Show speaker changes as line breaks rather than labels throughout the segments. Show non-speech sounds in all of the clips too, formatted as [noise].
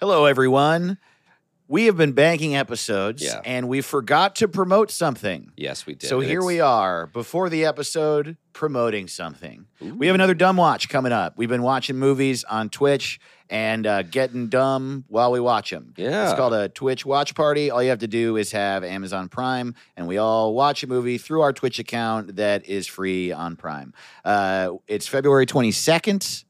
Hello, everyone. We have been banking episodes
Yeah.
and we forgot to promote something.
Yes, we did.
So
And
here
it's-
we are before the episode promoting something. We
Ooh.
have another dumb watch coming up. We've been watching movies on Twitch and uh, getting dumb while we watch them.
Yeah.
It's called a Twitch watch party. All you have to do is have Amazon Prime, and we all watch a movie through our Twitch account that is free on Prime. Uh, it's February 22nd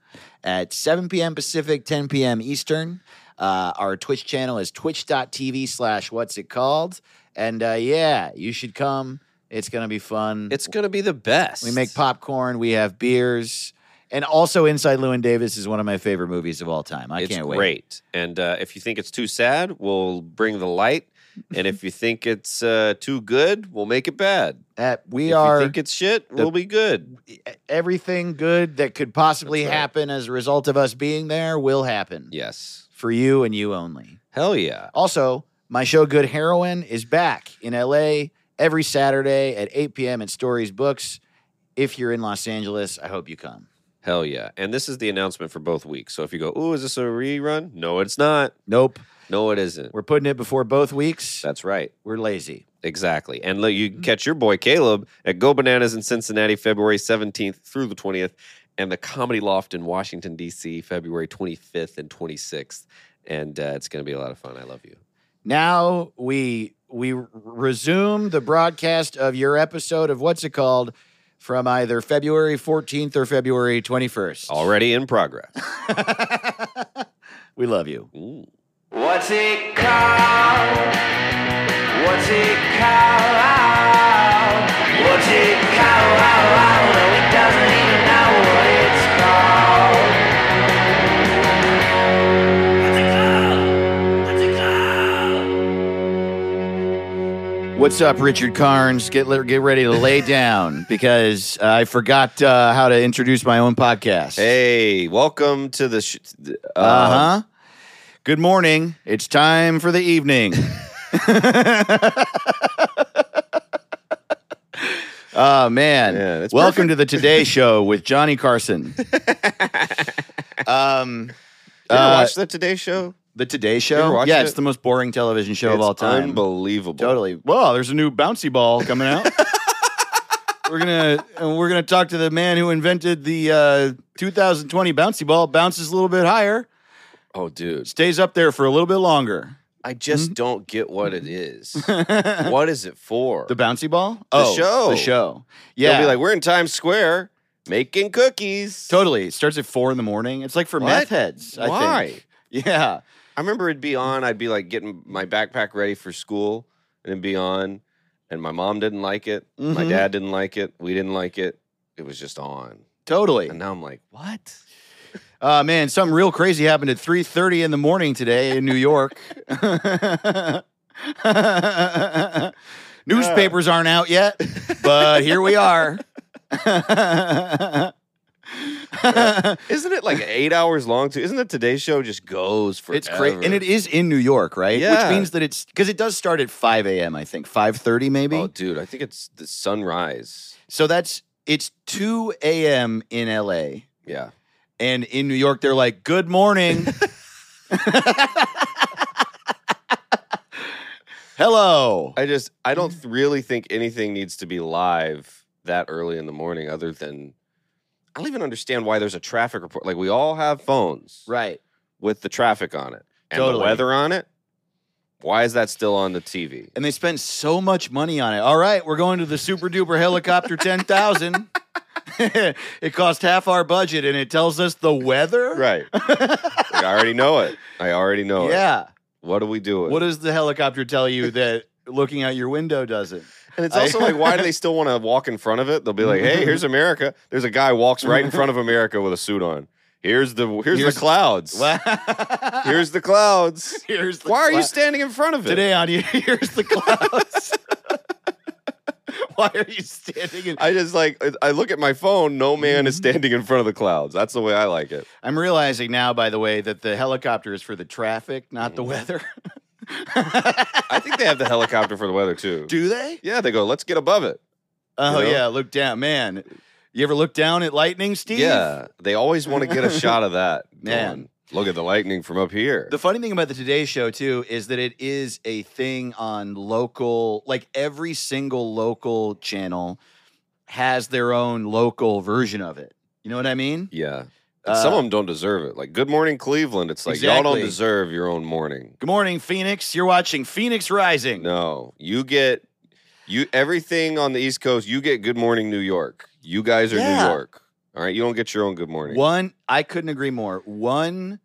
at 7 p.m. Pacific, 10 p.m. Eastern. Uh, our Twitch channel is twitch.tv slash what's it called. And uh, yeah, you should come. It's going to be fun.
It's going to be the best.
We make popcorn. We have beers. And also, Inside Llewyn Davis is one of my favorite movies of all time. I
it's
can't wait.
great. And uh, if you think it's too sad, we'll bring the light. and if you think it's uh, too good, we'll make it bad.
Uh, we
if
are
you think it's shit, we'll be good.
e, everything good that could possibly
That's right.
happen as a result of us being there will happen
Yes.
for you and you only.
Hell yeah.
Also, my show Good Heroin is back in LA every Saturday at 8 p.m. at Stories Books. If you're in Los Angeles, I hope you come.
Hell yeah. And this is the announcement for both weeks. So if you go, ooh, is this a rerun? No, it's not.
Nope.
No, it isn't.
We're putting it before both weeks.
That's right.
We're lazy.
Exactly. And look, you can catch your boy Caleb at Go Bananas in Cincinnati, February 17th through the 20th, and the Comedy Loft in Washington, D.C., February 25th and 26th. And uh, it's going to be a lot of fun. I love you.
Now we we resume the broadcast of your episode of what's it called from either February 14th or February 21st.
Already in progress.
we love you.
Ooh.
What's it called? What's it called? What's it called? No, he doesn't even know what it's called. What's it called? What's it called?
What's up, Richard Carnes? Get li- get ready to
[laughs]
lay down because uh, I forgot uh, how to introduce my own podcast.
Hey, welcome to the. Sh-
uh huh. Good morning. It's time for the
[laughs]
evening. oh man!
Yeah, that's
Welcome to the Today Show with Johnny
[laughs]
Carson. um,
Did you ever
uh,
watch the Today Show?
the Today
ever
Show.
watched
Yeah,
it?
it's the most boring television show of
It's
all time.
Unbelievable.
Totally. Well, there's a new bouncy ball coming
[laughs]
out. we're gonna and we're gonna talk to the man who invented the uh, 2020 bouncy ball. Bounces a little bit higher,
Oh, dude.
stays up there for a little bit longer. [laughs]
I just don't get what it is. what is it for?
The bouncy ball. Oh,
show.
The show.
They'll
Yeah.
be like, we're in Times Square making cookies.
totally. It starts at four in the morning. It's like for
What?
meth heads. I
Why?
think. Yeah.
I remember it'd be on. I'd be like getting my backpack ready for school, and it'd be on. And my mom didn't like it. My
Mhm.
dad didn't like it. We didn't like it. It was just on.
Totally.
And now I'm like, what?
Uh, man, something real crazy happened at 3.30 in the morning today in New York. [laughs] Newspapers aren't out yet, but here we are.
Isn't it like eight hours long too? Isn't it today's show just goes for
it's crazy. And it is in New York, right?
Yeah.
Which means that it's, because it does start at 5 a.m., I think, 5.30 maybe.
Oh, dude, I think it's the sunrise.
So that's, it's 2 a.m. in L.A.
Yeah.
And in New York, they're like, good
[laughs]
morning. Hello.
I just I don't th- really think anything needs to be live that early in the morning other than I don't even understand why there's a traffic report. Like we all have phones.
Right.
with the traffic on it and
Totally.
the weather on it. Why is that still on the TV?
And they spend so much money on it. All right, we're going to the super duper helicopter 10,000. [laughs] it cost half our budget and it tells us the weather.
Right. I already know it. I already know it.
Yeah.
What do we do?
What does the helicopter tell you that looking out your window
[laughs]
doesn't?
and it's
I-
also like, why
[laughs]
do they still want to walk in front of it? They'll be like, hey, here's America. There's a guy walks right
[laughs]
in front of America with a suit on. Here's the here's,
Here's-
the clouds. Here's the
[laughs]
clouds.
Here's the
why are you
cla-
standing in front of it?
Today on [laughs] Here's the Clouds. [laughs] Why are you standing in?
I just like I look at my phone. No man
Mm-hmm.
is standing in front of the clouds. That's the way I like it.
I'm realizing now, by the way, that the helicopter is for the traffic, not the weather. [laughs]
I think they have the helicopter for the weather too.
Do they?
Yeah, they go. Let's get above it.
Oh,
You know?
yeah. Look down. Man, you ever look down at lightning, Steve? [laughs]
Yeah, they always want to get a shot of that.
Man.
going. Look at the lightning from up here.
The funny thing about the Today Show too is that it is a thing on local, like every single local channel has their own local version of it. You know what I mean?
yeah. And
Uh,
some of them don't deserve it. Like Good Morning Cleveland. It's like y'all
Exactly.
don't deserve your own morning.
Good morning, Phoenix. You're watching Phoenix Rising.
No, you get you everything on the East Coast. You get Good Morning New York. You guys are
Yeah.
New York. All right, you don't get your own Good Morning.
One, I couldn't agree more. One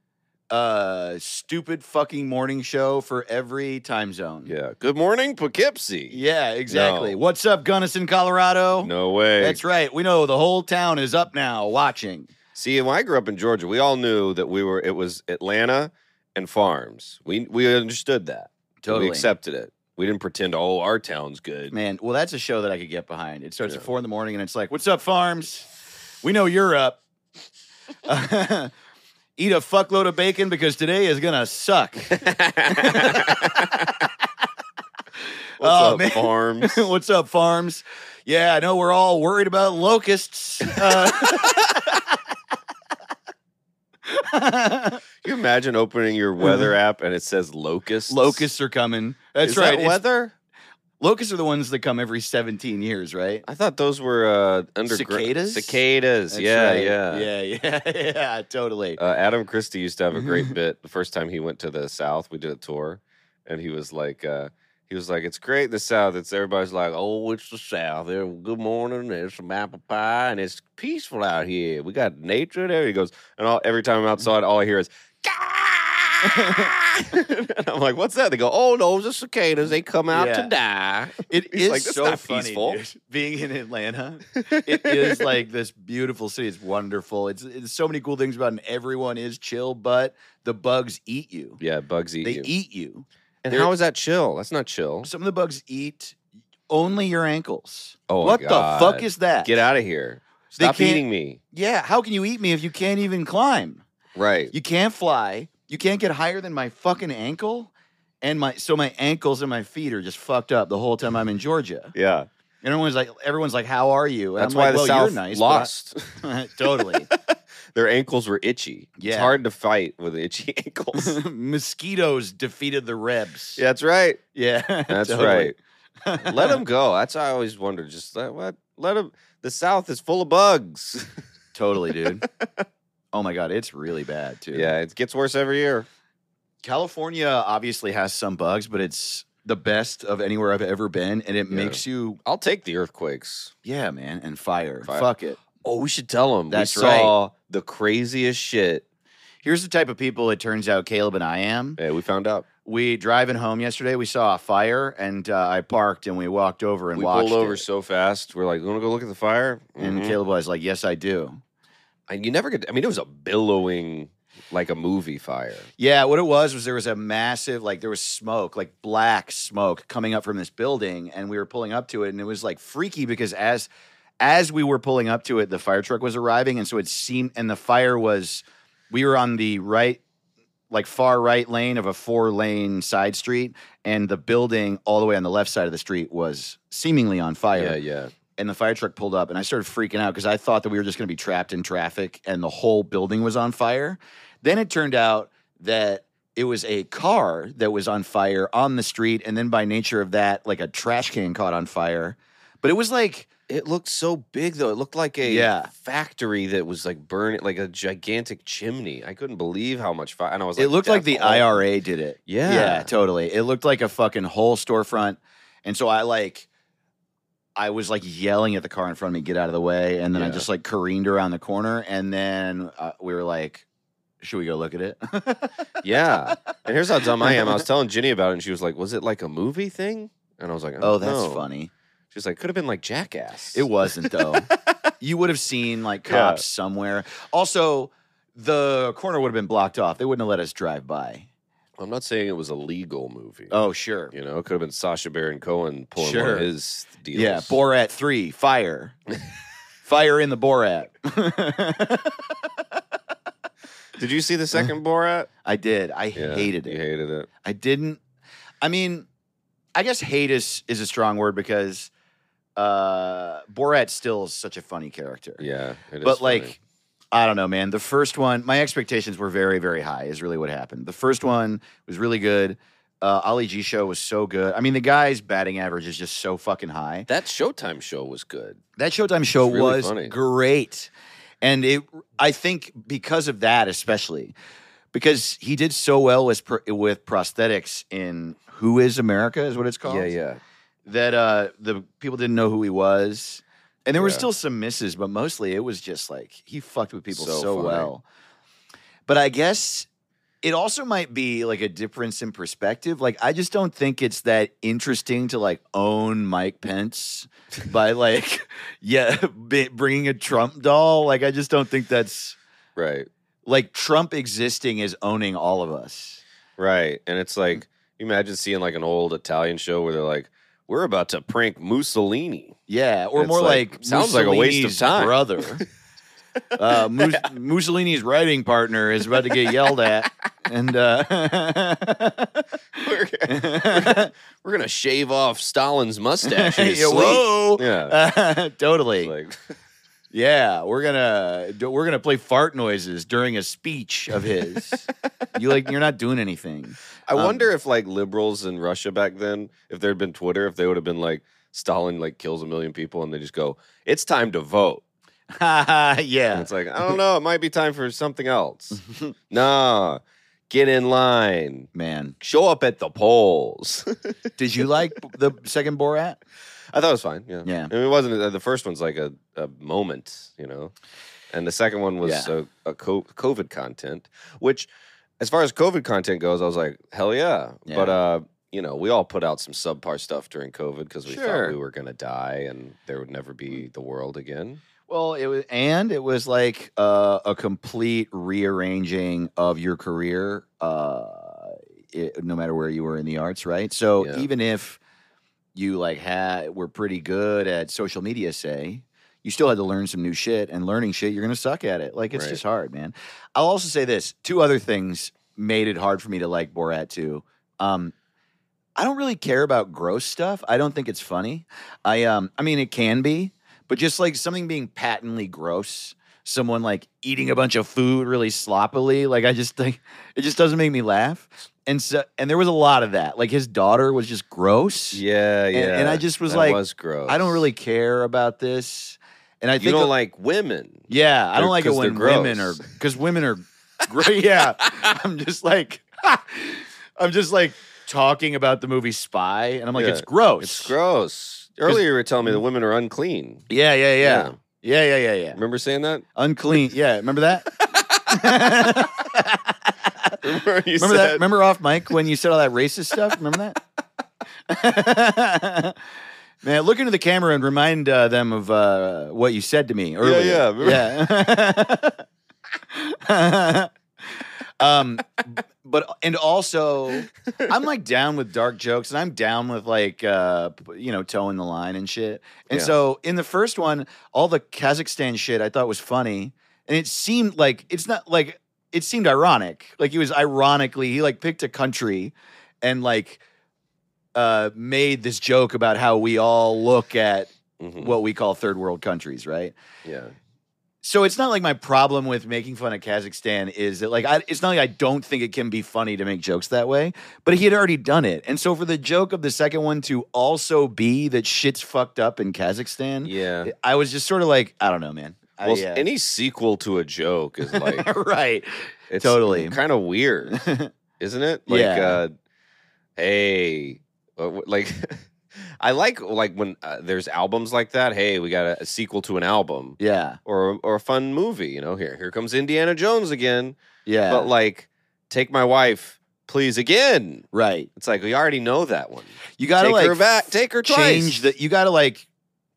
uh stupid fucking morning show for every time zone.
Yeah. Good morning, Poughkeepsie.
Yeah, exactly.
No.
What's up, Gunnison, Colorado?
No way.
That's right. We know the whole town is up now watching.
See, when I grew up in Georgia, we all knew that we were it was Atlanta and farms. We we understood that.
Totally.
We accepted it. We didn't pretend, oh, our
[laughs]
town's good. [laughs]
Man, well, that's a show that I could get behind. It starts at
Yeah.
four in the morning, and it's like, "What's up, farms? We know you're
[laughs]
up. [laughs] Eat a fuckload of bacon because today is gonna suck."
What's
Oh,
up,
man. [laughs]
farms?
What's up, farms? Yeah, I know we're all worried about locusts.
[laughs]
Uh,
Can you imagine opening your
Mm-hmm.
weather app and it says locusts?
locusts are coming. That's
Is
right.
that
It's-
weather?
locusts are the ones that come every 17 years, right?
I thought those were uh, underground
Cicadas?
Cicadas.
That's
Yeah,
right.
yeah,
Yeah, [laughs] yeah, yeah, totally.
Uh, Adam Christie used to have
[laughs]
a great bit the first time he went to the South. We did a tour, and he was like, uh, he was like, "It's great the South. It's everybody's like, oh, it's the South. There, good morning. There's some apple pie, and it's peaceful out here. We got nature there." He goes, and all, every time I'm outside, all
[laughs]
I hear is. [laughs] and I'm like, what's that? They go, oh, those are cicadas. They come out
Yeah.
to die.
It
He's
is
like, "That's
so
not
funny,
peaceful."
dude. Being in Atlanta, [laughs]
[laughs]
it is like this beautiful city. It's wonderful. It's, it's so many cool things about it. And everyone is chill, but the bugs eat you.
Yeah, bugs eat
they
you.
eat you.
and
they're-
how is that chill? That's not chill.
Some of the bugs eat only your ankles.
Oh, my
what
God.
the fuck is that?
Get out of here.
They
Stop
can't-
eating me.
Yeah, how can you eat me if you can't even climb?
Right.
You can't fly. You can't get higher than my fucking ankle. And my so my ankles and my feet are just fucked up the whole time I'm in Georgia.
yeah.
And everyone's like, everyone's like, "How are you?" And
That's
I'm
why
like,
the
well,
South
you're nice, but I- [laughs]
lost. [laughs]
totally.
Their ankles were itchy.
Yeah.
It's hard to fight with itchy [laughs] ankles.
[laughs] Mosquitoes defeated the Rebs.
yeah, that's right.
yeah,
That's
[laughs] totally.
right.
[laughs]
Let them go. That's how I always wondered. Just let what? Let them. The South is full of bugs.
totally, dude. Oh my god, it's really bad too.
yeah, it gets worse every year.
California obviously has some bugs, but it's the best of anywhere I've ever been, and it
Yeah.
makes you,
I'll take the earthquakes.
yeah, man, and fire.
Fire.
Fuck it.
Oh, we should tell them.
That's
we saw the craziest shit.
Here's the type of people it turns out Caleb and I am.
Yeah, we found out.
We driving home yesterday, we saw a fire, and uh, I parked and we walked over and
we
watched
pulled over
it. Mm-hmm.
so fast. We're like, "You want to go look at the fire?"
and
Mhm.
Caleb was like, "Yes, I do."
and you never get. I mean, it was a billowing, like a movie fire.
Yeah, what it was was there was a massive like there was smoke, like black smoke coming up from this building and we were pulling up to it and it was like freaky because as as we were pulling up to it the fire truck was arriving and so it seemed and the fire was we were on the right like far right lane of a four lane side street and the building all the way on the left side of the street was seemingly on fire
Yeah, yeah.
and the fire truck pulled up and I started freaking out because I thought that we were just going to be trapped in traffic and the whole building was on fire. Then it turned out that it was a car that was on fire on the street and then by nature of that like a trash can caught on fire. But it was like
It looked so big though. It looked like a
Yeah.
factory that was like burning, like a gigantic chimney. I couldn't believe how much fire. And I was like,
it looked like
"That's
the
all-"
IRA did it.
Yeah.
Yeah, totally. It looked like a fucking whole storefront. And so I like I was like yelling at the car in front of me, get out of the way. And then I
Yeah.
just like careened around the corner. And then uh, we were like, should we go look at it? [laughs]
Oh, yeah. And here's how dumb I am. I was telling Ginny about it, and she was like, "Was it like a movie thing?" And I was like,
oh, that's
no."
funny.
She was like, "Could have been like Jackass."
It wasn't
[laughs]
though. you would have seen like
Yeah.
cops somewhere. Also, the corner would have been blocked off. They wouldn't have let us drive by.
I'm not saying it was a legal movie.
Oh, sure.
You know, it could have been Sasha Baron Cohen pulling one
Sure.
of his deals.
Yeah, Borat 3,
[laughs]
fire. fire in the Borat. [laughs]
Did you
[laughs]
see the second Borat?
I did. I
Yeah,
hated it.
You hated it.
I didn't. I mean, I guess hate is is a strong word because uh Borat still is such a funny character.
Yeah, it is
but
funny.
like I don't know, man. The first one, my expectations were very, very high. Is really what happened. The first one was really good. Uh, Ali G show was so good. I mean, the guy's batting average is just so fucking high.
That Showtime show was good.
That Showtime show
really
was
funny.
great. And it I think because of that especially because he did so well with pr- with prosthetics in Who is America is what it's called.
yeah.
That uh the people didn't know who he was. And there were
Yeah.
still some misses, but mostly it was just like he fucked with people so,
So funny.
well. But I guess it also might be like a difference in perspective. Like I just don't think it's that interesting to like own Mike
[laughs]
Pence by like yeah b- bringing a Trump doll. Like I just don't think that's
Right.
like Trump existing is owning all of us.
Right. And it's
Mm.
like you imagine seeing like an old Italian show where they're like, We're about to prank Mussolini. [laughs]
Yeah, or
It's
more
like,
like,
sounds like a waste of
Mussolini's
time. [laughs]
Brother. Uh, Mus- Mussolini's writing partner is about to get yelled at, and [laughs]
We're,
uh,
we're gonna shave off Stalin's mustache.
[laughs]
in his
Yeah,
sleep.
whoa.
Yeah.
Uh, totally.
It's
[laughs]
like
yeah, we're gonna do- we're gonna play fart noises during a speech of his.
[laughs]
you like you're not doing anything. [laughs]
I
Um,
wonder if like liberals in Russia back then, if there had been Twitter, if they would have been like Stalin like kills a million people and they just go, It's time to vote. And
yeah.
it's like, I don't know, it might be time for
[laughs]
something else. nah. Get in line.
Man,
Show up at the polls.
did you like the second Borat?
I thought it was fine. Yeah.
Yeah.
I mean, it wasn't uh, the first one's like a, a moment, you know, and the second one was
Yeah.
a, a co- COVID content, which, as far as COVID content goes, I was like, hell yeah.
Yeah.
But, uh, you know, we all put out some subpar stuff during COVID because we
Sure.
thought we were going to die and there would never be the world again.
Well, it was, and it was like uh, a complete rearranging of your career, uh, it, no matter where you were in the arts, right? So
Yeah.
even if you like had were pretty good at social media, say, you still had to learn some new shit, and learning shit, you're gonna suck at it. Like it's
Right.
just hard, man. I'll also say this: two other things made it hard for me to like Borat too. Um, I don't really care about gross stuff. I don't think it's funny. I um, I mean, it can be, but just like something being patently gross, someone like eating a bunch of food really sloppily, like I just think it just doesn't make me laugh. And so, and there was a lot of that. Like his daughter was just gross.
Yeah.
And-
Yeah.
and I just was
That
like,
was gross.
I don't really care about this. And I think
you don't like women.
yeah, I
They're-
don't like it
'cause they're
when women are
gross.
because women are great. [laughs] Yeah, I'm just like, [laughs] I'm just like talking about the movie Spy, and I'm like,
Yeah,
it's gross.
It's gross. Earlier, you were telling me the women are unclean.
Yeah, yeah, yeah, yeah, yeah, yeah, yeah.
Remember saying that? [laughs]
[laughs] Unclean. Yeah, remember that?
Remember, you
remember that?
said-
Remember off mic when you said all that racist stuff? Remember that? [laughs] Man, look into the camera and remind uh, them of uh, what you said to me earlier.
yeah, remember-
Yeah. [laughs] um, but and also, I'm like down with dark jokes, and I'm down with like uh, p- you know toeing the line and shit. And
Yeah.
so in the first one, all the Kazakhstan shit I thought was funny, and it seemed like it's not like it seemed ironic. Like he was ironically he like picked a country, and like uh made this joke about how we all look at
Mhm.
what we call third world countries, right?
yeah.
So it's not like my problem with making fun of Kazakhstan is that like I, it's not like I don't think it can be funny to make jokes that way, but he had already done it, and so for the joke of the second one to also be that shit's fucked up in Kazakhstan,
Yeah.
I was just sort of like I don't know, man. I,
Well,
Uh, yeah.
any sequel to a joke is like
[laughs] right?
it's
Totally.
kind of weird,
[laughs]
isn't it? Like,
Yeah.
uh, hey, uh, w- like [laughs] I like like when uh, there's albums like that. Hey, we got a, a sequel to an album
Yeah,
or or a fun movie. You know, here here comes Indiana Jones again.
yeah,
But like, take my wife, please again.
right.
It's like we already know that one.
You gotta
take
like
her back. Take her twice.
change that you gotta like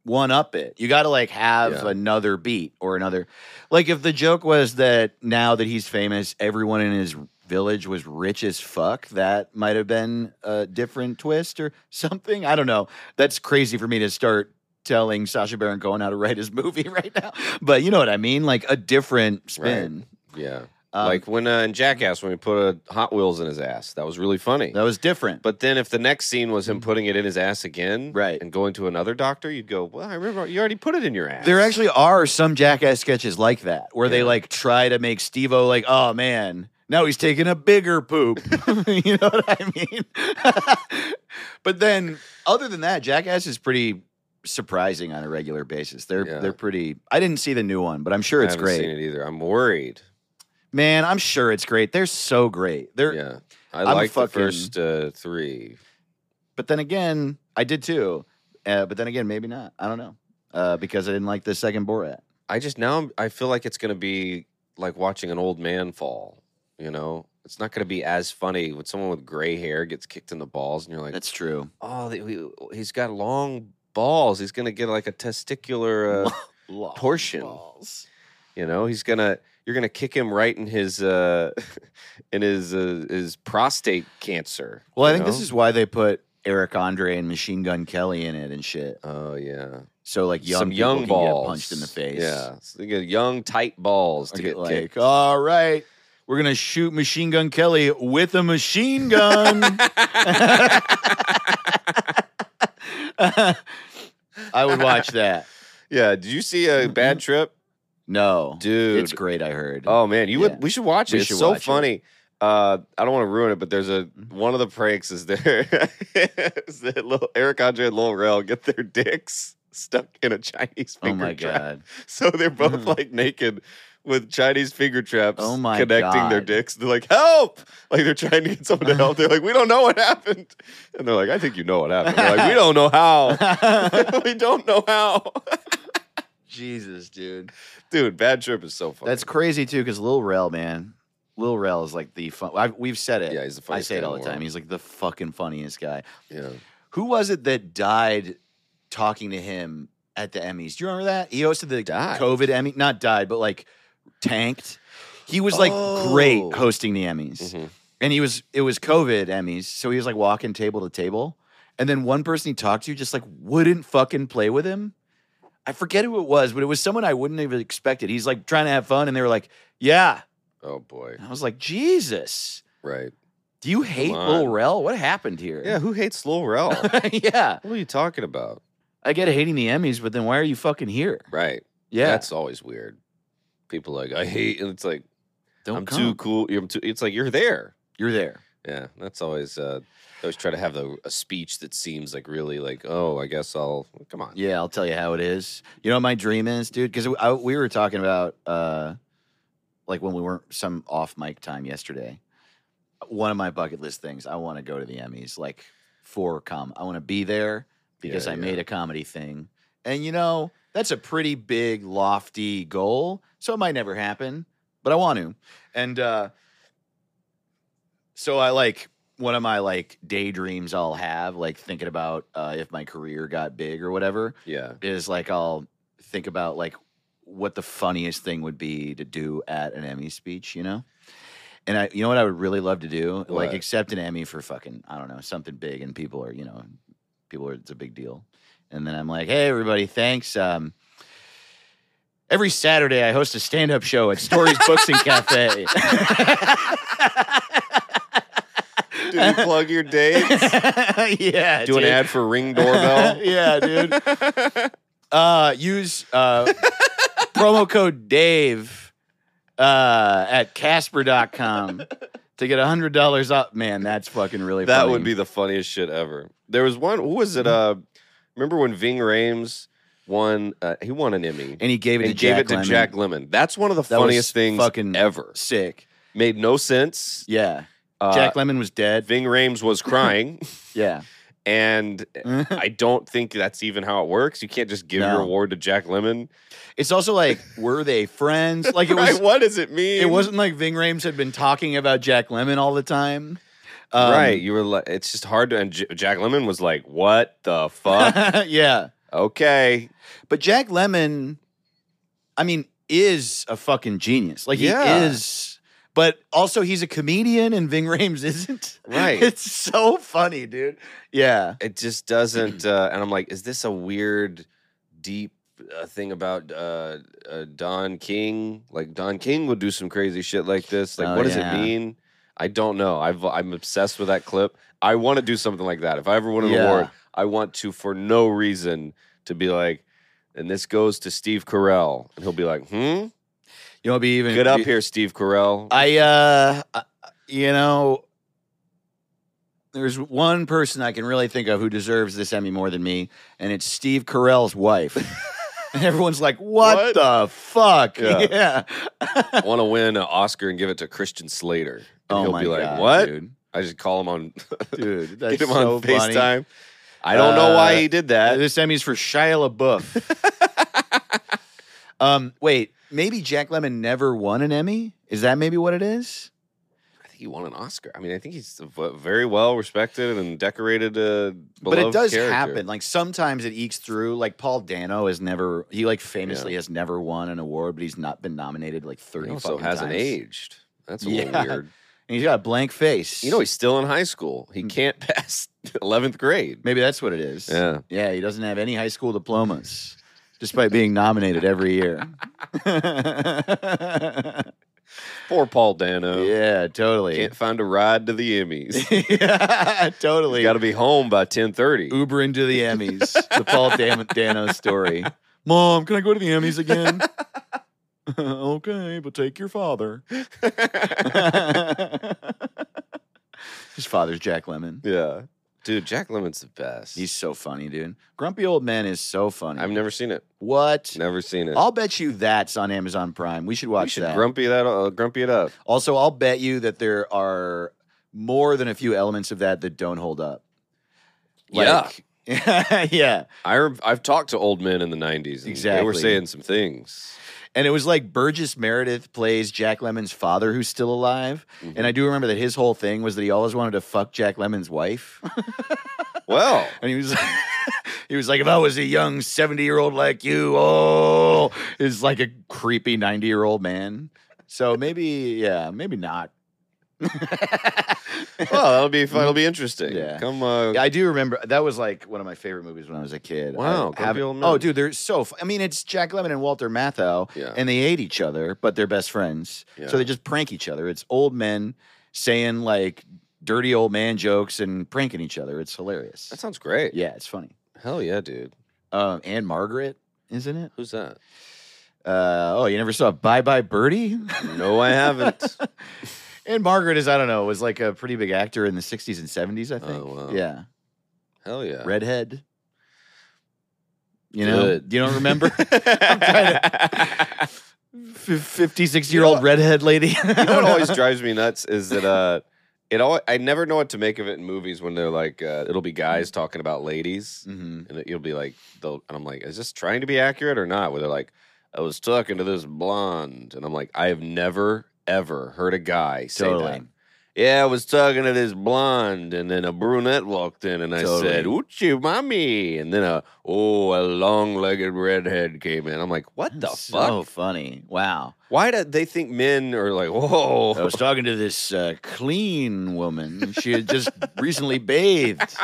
one up it you gotta like have
Yeah.
another beat or another like if the joke was that now that he's famous everyone in his village was rich as fuck that might have been a different twist or [laughs] something i don't know that's crazy for me to start telling sasha baron [laughs] cohen how to write his movie right now but you know what i mean like a different spin
Yeah.
Um,
like when uh, in Jackass when we put a Hot Wheels in his ass, that was really funny.
that was different.
But then if the next scene was him putting it in his ass again,
Mm. Right.
and going to another doctor, you'd go, well, I remember you already put it in your ass.
There actually are some jackass sketches like that where they
Yeah.
like try to make Steve O like, oh man, now he's taking a bigger
[laughs]
poop. [laughs] you know what I mean? [laughs] but then other than that, Jackass is pretty surprising on a regular basis. They're
Yeah.
they're pretty I didn't see the new one, but I'm sure
I
it's
haven't
great.
Seen it either. I'm worried.
Man, I'm sure it's great. They're so great. They're
Yeah, I
I'm
like the
fucking-
first uh, three.
but then again, I did too. Uh, but then again, maybe not. I don't know. Uh, because I didn't like the second Borat.
I just now I'm- I feel like it's gonna be like watching an old man fall. You know, it's not gonna be as funny when someone with gray hair gets kicked in the balls, and you're like,
That's true.
oh, they, we, he's got long balls. He's gonna get like
[laughs]
a testicular. Uh, Portion.
Balls.
You know, he's gonna you're gonna kick him right in his uh [laughs] in his uh, his prostate cancer.
Well, I
you
think this
know?
is why they put Eric Andre and Machine Gun Kelly in it and shit.
Oh yeah,
So like young
some
people
young
can
balls
get punched in the face.
Yeah, so you get young tight balls to
Like,
get
like,
kicked.
all right, we're gonna shoot Machine Gun Kelly with a machine
[laughs]
gun. uh, I would watch that.
Yeah, did you see a bad trip,
No,
dude?
Mm-hmm. it's great. I heard.
Oh man, you
Yeah.
would. We should watch it.
We
it's
should
so
watch it. Mm-hmm.
funny. Uh, I don't want to ruin it, but there's a one of the pranks is there. [laughs] is that little Eric Andre and Lil Rel get their dicks stuck in a Chinese
Oh
finger
my
trap,
god.
[laughs] so they're both
Mhm.
like naked with Chinese finger traps.
Oh my
connecting their
God.
dicks. They're like, "Help!" Like they're trying to get someone to help. They're like, "We don't know what happened," and they're like, "I think you know what happened." They're like, "We don't know
[laughs]
how. [laughs] we don't know how."
Jesus, dude.
Dude, bad trip is so funny.
That's crazy too, because Lil Rel, man, Lil Rel is like the fun. I've, we've said it.
yeah, he's the
I
funniest.
say
guy in
it all the
world.
time. He's like the fucking funniest guy.
yeah.
Who was it that died talking to him at the Emmys? Do you remember that? He hosted the
Died?
COVID Emmy, not died, but like tanked. He was like great
Oh.
hosting the Emmys.
Mhm.
And he was it was COVID Emmys, so he was like walking table to table. And then one person he talked to just like wouldn't fucking play with him. I forget who it was, but it was someone I wouldn't have expected. He's like trying to have fun and they were like, "Yeah."
Oh boy.
And I was like, "Jesus.
Right.
Do you hate
on.
Lil Rel? What happened here?"
Yeah, who hates
[laughs]
Lil Rel? what
yeah.
are you talking about?
I get hating the Emmys, but then why are you fucking here?
Right.
Yeah,
That's always weird. People like, I hate and it's like
don't
I'm
come.
too cool. You're too, it's like you're there.
You're there.
Yeah. That's always uh I always try to have a, a speech that seems like really like, oh, I guess I'll come on.
Yeah, I'll tell you how it is. You know what my dream is, dude? Because we were talking about uh, like when we weren't some off mic time yesterday. One of my bucket list things, I want to go to the Emmys, like for com. I want to be there because
Yeah,
I
yeah.
made a comedy thing, and you know that's a pretty big, lofty goal. So it might never happen, but I want to. And uh, so I like one of my like daydreams I'll have, like thinking about uh, if my career got big or whatever
Yeah.
is like I'll think about like what the funniest thing would be to do at an Emmy speech, you know? And I you know what I would really love to do? Like
What?
accept an Emmy for fucking, I don't know, something big and people are, you know, people are it's a big deal. And then I'm like, hey everybody, thanks. Um every Saturday I host a stand-up show at Stories Books and Cafe.
[laughs] Dude, you plug your dates.
[laughs] yeah.
Do an
dude.
ad for Ring [laughs]
[laughs]
Doorbell.
yeah, dude. Uh, use
[laughs]
uh, promo code Dave uh, at Casper.com to get $100 up. Man, that's fucking really
That
funny.
would be the funniest shit ever. There was one. Who was it? Uh, remember when Ving Rhames won? Uh, he won an Emmy
And he gave it
and
to
gave
Jack
it to
Lemmon.
Jack Lemon. That's one of the
That was
funniest things
fucking-
ever.
Sick.
Made no sense.
Yeah.
Uh,
Jack Lemon was dead.
Ving Rhames was
[laughs]
crying,
Yeah.
and I don't think that's even how it works. You can't just give your
No.
award to Jack Lemon.
it's also like, were they friends? [laughs] Like, it
[laughs] Right?
was.
what does it mean?
It wasn't like Ving Rhames had been talking about Jack Lemon all the time. Um,
right. You were like, it's just hard to. And J- Jack Lemon was like, "What
[laughs]
the fuck?
yeah.
okay,
But Jack Lemon, I mean, is a fucking genius. Like
Yeah.
he is, but also he's a comedian, and Ving Rhames [laughs] isn't.
right."
It's so funny, dude. Yeah,
it just doesn't uh, and i'm like is this a weird deep a thing about uh, uh, Don King. Like Don King would do some crazy shit like this. Like,
Oh,
what does
yeah.
it mean? I don't know. I've I'm obsessed with that clip. I want to do something like that. If I ever win an
Yeah.
award, I want to, for no reason, to be like, and this goes to Steve Carell, and he'll be like, "Hmm,
You know, be even
get up here, Steve Carell."
I, uh, I- you know, there's one person I can really think of who deserves this Emmy more than me, and it's Steve Carell's
[laughs]
wife. and everyone's like, "What,
What?
the fuck?"
Yeah.
[laughs] Yeah.
want to win an Oscar and give it to Christian Slater. And
oh
he'll
my
be like,
God,
"What?"
dude?
I just call him on, [laughs]
Dude, that's
get him
so
on
funny.
FaceTime. I don't know why
Uh,
he did
Uh,
that.
this Emmy's for Shia
[laughs]
LaBeouf. um, wait, maybe Jack Lemon never won an Emmy. Is that maybe what it is?
I think he won an Oscar. I mean, I think he's a v- very well respected and decorated. Uh,
but it
beloved
does
character.
happen. Like sometimes it ekes through. Like Paul Dano has never. He like famously has never won an award, but he's not been nominated like
He
thirty.
also
fucking
hasn't
times.
aged. That's a
Yeah.
little weird.
And he's got a blank face.
You know, he's still in high school.
Mm.
He can't [laughs] pass eleventh grade.
maybe that's what it is.
Yeah.
yeah. He doesn't have any high school diplomas, despite being nominated every
[laughs]
year. [laughs]
Poor Paul Dano.
yeah, totally.
Can't find a ride to the Emmys.
[laughs] yeah, totally.
Got to be home by ten thirty.
Uber into the Emmys. the Paul Dam- Dano story. Mom, can I go to the Emmys again? [laughs] okay, but take your father. [laughs] His father's Jack Lemon.
Yeah, dude, Jack Lemon's the best.
He's so funny, dude. Grumpy Old Man is so funny.
I've never seen it.
what?
Never seen it.
I'll bet you that's on Amazon Prime. We should watch
we should
that.
grumpy that. Uh, grumpy it up.
also, I'll bet you that there are more than a few elements of that that don't hold up.
Yeah.
yeah. [laughs] yeah.
I rem- I've talked to old men in the nineties. They were
Exactly.
saying some things.
And it was like Burgess Meredith plays Jack Lemon's father who's still alive. And I do remember that his whole thing was that he always wanted to fuck Jack Lemon's wife. [laughs]
Well,
And he was [laughs] he was like, if I was a young 70-year-old like you, oh is like a creepy 90-year-old man. So maybe, yeah, maybe not.
[laughs] well, that'll be fun. It'll be interesting.
Yeah.
Come, uh,
Yeah, I do remember that was like one of my favorite movies when I was a kid. I
Wow, Grumpy
haven't-
Old
oh,
Men.
dude, they're so. Fu- I mean, it's Jack Lemmon and Walter Matthau,
Yeah.
and they hate each other, but they're best friends. So
Yeah.
they just prank each other. It's old men saying like dirty old man jokes and pranking each other. It's hilarious.
that sounds great.
yeah, it's funny.
Hell yeah, dude.
Um, and Margaret, isn't it?
Who's that?
Uh, oh, you never saw Bye Bye Birdie? [laughs]
No, I haven't.
and Margaret is I don't know was like a pretty big actor in the '60s and '70s. I
[laughs] Oh, [laughs]
think.
wow.
Yeah.
Hell yeah.
redhead. You know,
Good.
you don't
[laughs]
remember? [laughs] I'm trying to- F- 56 year old
You know-
redhead lady.
you know
[laughs]
what always drives me nuts is that uh, it all. I never know what to make of it in movies when they're like, uh, it'll be guys talking about ladies,
hmm
and it, you'll be like, they'll, and I'm like, is this trying to be accurate or not? Where they're like, I was talking to this blonde, and I'm like, I have never ever heard a guy say that.
Totally.
Yeah, I was talking to this blonde, and then a brunette walked in, and I
Totally.
said, "Oochie, mommy," and then a oh, a long-legged redhead came in. I'm like, "What the
So
fuck?
funny. Wow.
Why do they think men are like, whoa?"
I was talking to this uh, clean woman. She had just recently bathed.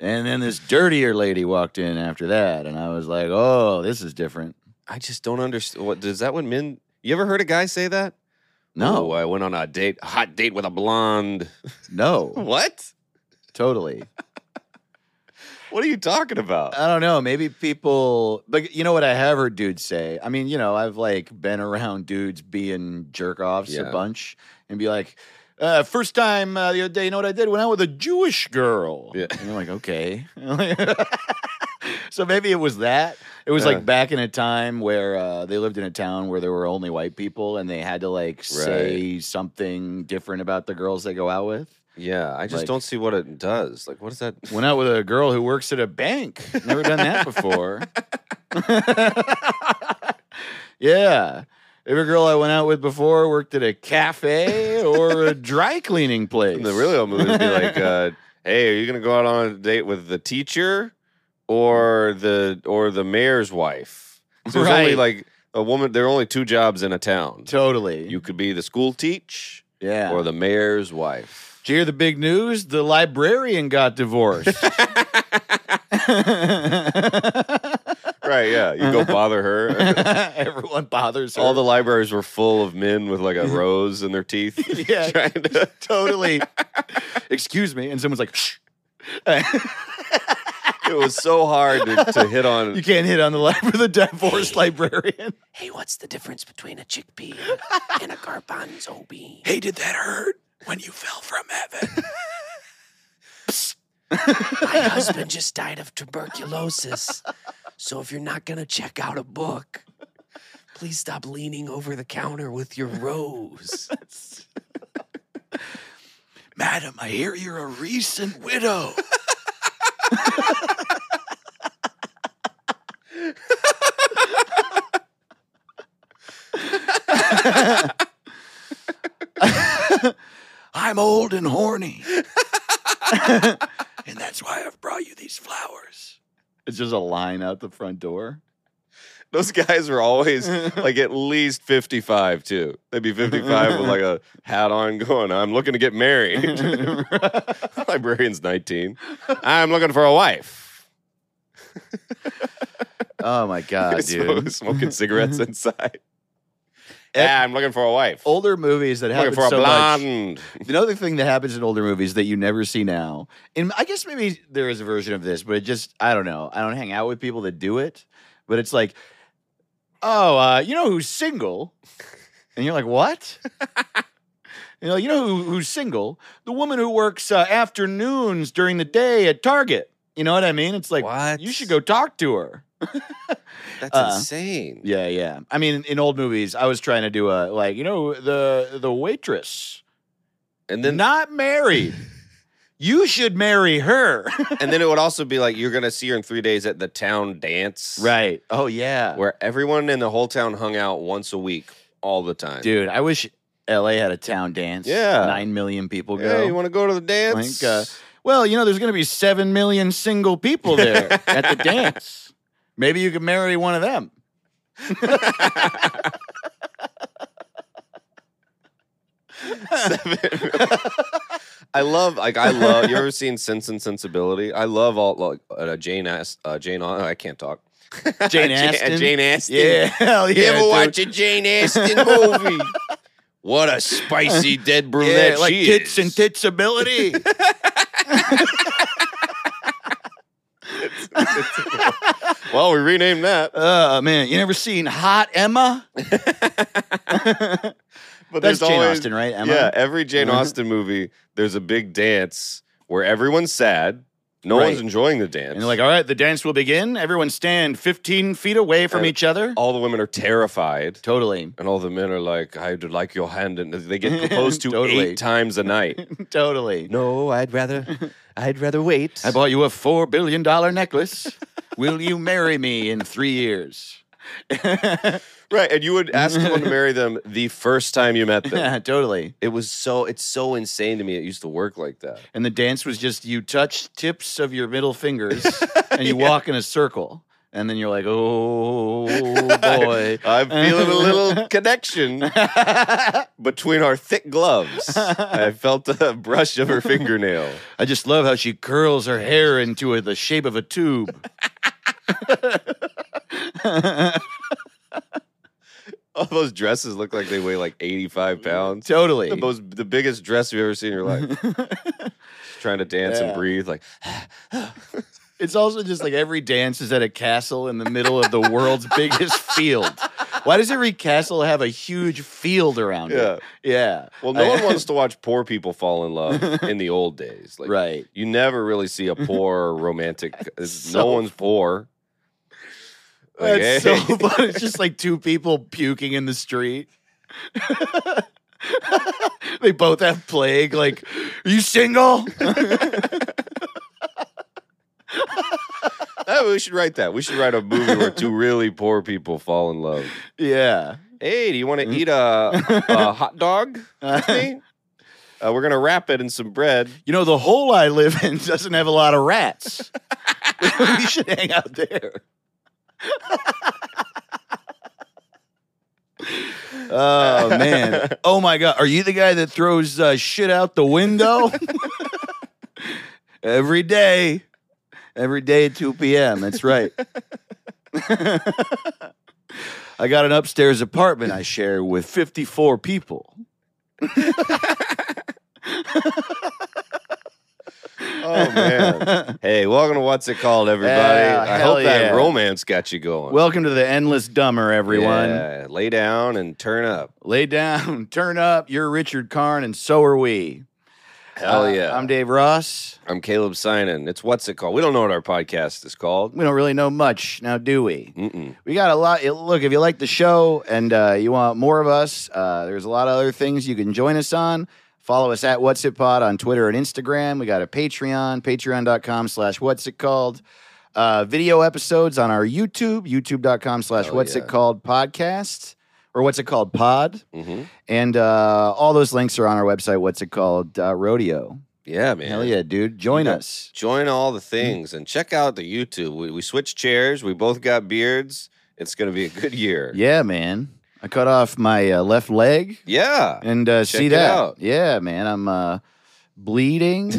And then this dirtier lady walked in after that. And I was like, oh, this is different.
I just don't understand. What does that when men? You ever heard a guy say that?
No,
"Oh, I went on a date, a hot date with a blonde.
no,
what?
totally.
What are you talking about?
I don't know. Maybe people, but you know what I have heard dudes say. I mean, you know, I've like been around dudes being jerk offs a
Yeah.
bunch and be like, uh, first time uh, the other day, you know what I did? Went out with a Jewish girl.
Yeah.
And you're like, okay. [laughs] so maybe it was that. It was
Yeah.
like back in a time where uh, they lived in a town where there were only white people and they had to like say something different about the girls they go out with.
yeah, I just
Like-
don't see what it does. Like, what is that?
Went out with a girl who works at a bank. Never done that before. [laughs] yeah. Every girl I went out with before worked at a cafe or a dry cleaning place.
In the really old movies, be like, [laughs] uh, "Hey, are you gonna go out on a date with the teacher or the or the mayor's wife?" So there's only
Right.
like a woman. There are only two jobs in a town.
totally.
You could be the school teach
yeah.
or the mayor's wife.
Did you hear the big news? The
[laughs]
librarian got divorced.
right, yeah. You [laughs] go bother her.
[laughs] Everyone bothers her.
All the libraries were full of men with like [laughs] a rose in their teeth.
Yeah.
[laughs] Trying to, [laughs]
totally. Excuse me, and someone's like, Shh.
it was so hard to, to hit [laughs]
you
on.
can't hit on the library, [laughs] the
[laughs]
divorced librarian.
Hey, what's the difference between a chickpea and a garbanzo bean?
Hey, did that hurt when you fell from [laughs] heaven?
My husband just died of tuberculosis. So if you're not going to check out a book, please stop leaning over the counter with your rose.
Madam, I hear you're a recent [laughs] widow. I'm old and horny. and that's why I've brought you these flowers. It's just a line out the front [laughs] door.
Those guys were
[laughs]
always like at least 55, too. They'd be 55 with like a hat on going, I'm looking to get
[laughs]
married. [laughs] Librarian's 19. I'm looking for a wife.
oh my god,
[laughs] Smoke-
dude.
Smoking
[laughs]
cigarettes inside. Yeah, I'm looking for a wife.
Older movies that
I'm looking
happen
for a
so much.
blonde.
Another thing that happens in older movies that you never see now, and I guess maybe there is a version of this, but it just, I don't know. I don't hang out with people that do it, but it's like, oh, uh, you know who's single? And you're like, what? you know, you know who, who's single? The woman who works uh, afternoons during the day at Target. You know [laughs] what I mean? It's like,
What?
you should go talk to her.
Uh-uh.
That's
Uh,
insane.
Yeah, yeah. I mean, in old movies, I was trying to do a, like, you know, the the waitress.
And
They're
then
not married. you should marry
[laughs]
her.
and then it would also be like you're gonna see her in three days at the town dance.
right. Oh yeah.
Where everyone in the whole town hung out once a week all the time.
Dude, I wish LA had a town dance.
Yeah.
Nine million people go.
Hey, you wanna go to the dance?
Like, uh, well, you know, there's gonna be seven million single
[laughs]
people there at the dance. Maybe you could marry one of
[laughs]
them.
[laughs] I love like I love you ever seen Sense and Sensibility? I love all like uh, Jane Ast- uh, Jane Au- I can't talk.
Jane Aston.
[laughs] Jane Aston.
Yeah, [laughs] hell
[laughs] You
yeah.
ever
dude.
watch a Jane Aston [laughs] movie? what a [laughs] spicy dead brunette
yeah, like
she
tits
is.
and
[laughs]
tits ability.
Well, we renamed that.
oh man, you never seen Hot
[laughs]
Emma? [laughs]
But
That's
there's
Jane
always,
Austen, right? Emma.
Yeah, every Jane
Mhm.
Austen movie, there's a big dance where everyone's sad. No one's
Right.
enjoying the dance.
And they're like, all right, the dance will begin. Everyone stand 15 feet away from
And-
each other.
all the women are terrified.
Totally.
And all the men are like, I'd like your hand. And they [laughs] get proposed to
Totally.
eight times a
[laughs]
night.
Totally.
No, Oh, I'd rather I'd rather wait.
I bought you a $4 billion [laughs] necklace. will you marry me in three years?
[laughs] right. And you would ask someone to marry them the first time you met them.
[laughs] Yeah, totally.
[laughs] It was so, it's so insane to me. It used to work like [laughs] that.
And the dance was just you touch tips of your middle [laughs] fingers and you walk in a circle. And then you're like, oh [laughs] boy. [laughs]
I'm feeling a little connection between our thick gloves. I felt a brush of her fingernail.
I just love how she curls her hair into a, the shape of a tube. [laughs]
All those dresses look like they weigh like 85 pounds.
Totally.
the most the biggest dress you've ever seen in your life. Just trying to dance
Yeah.
and breathe, like
It's also just like every dance is at a castle in the middle of the world's [laughs] biggest field. Why does every castle have a huge field around
yeah.
it? Yeah.
Well, no
I- [laughs]
one wants to watch poor people fall in love in the old days, like
right.
You never really see
[laughs]
a poor romantic.
So-
no one's poor. Like,
That's
[laughs] hey,
so [laughs] funny. It's just like two people puking in the street. [laughs] they both have plague. Like, are you single? [laughs]
oh, we should write that. We should write a movie
[laughs]
where two really poor people fall in love.
yeah. [laughs]
Hey, do you
Mm.
want to eat a, a hot dog
[laughs]
with me? Uh, we're gonna wrap it in some bread.
You know, the hole I live in [laughs] doesn't have a lot of rats. [laughs] we should hang out there. [laughs] oh man! Oh my god! Are you the guy that throws uh, shit out the window [laughs] every day? Every day at two p.m. That's right. [laughs] I got an upstairs apartment I share with 54 people.
Oh
[laughs]
man. hey, welcome to what's it called, everybody.
Yeah,
I
hell
hope that
yeah.
romance got you going.
Welcome to the endless dumber, everyone.
Yeah, lay down and turn up.
Lay down, [laughs] turn up. You're Richard Karn, and so are we.
Hell
Uh,
yeah.
I'm Dave Ross.
I'm Caleb Sinan. It's what's it called? We don't know what our podcast is called.
We don't really know much now, do we?
Mm-mm.
We got a lot. Look, if you like the show and uh, you want more of us, uh, there's a lot of other things you can join us on. Follow us at What's It Pod on Twitter and Instagram. We got a Patreon, patreon.com slash What's It Called. Uh, video episodes on our YouTube, youtube.com slash
Hell
What's
yeah.
It Called podcast or What's It Called pod.
hmm
And uh, all those links are on our website, What's It Called uh, Rodeo.
Yeah, man.
Hell yeah, dude. Join
Yeah.
us.
Join all the things and check out the YouTube. We, we switched chairs. We both got beards. It's going to be a good year.
Yeah, man. I cut off my uh, left leg.
Yeah.
and uh,
Check
see
it
that.
out.
Yeah, man, I'm uh,
[laughs]
bleeding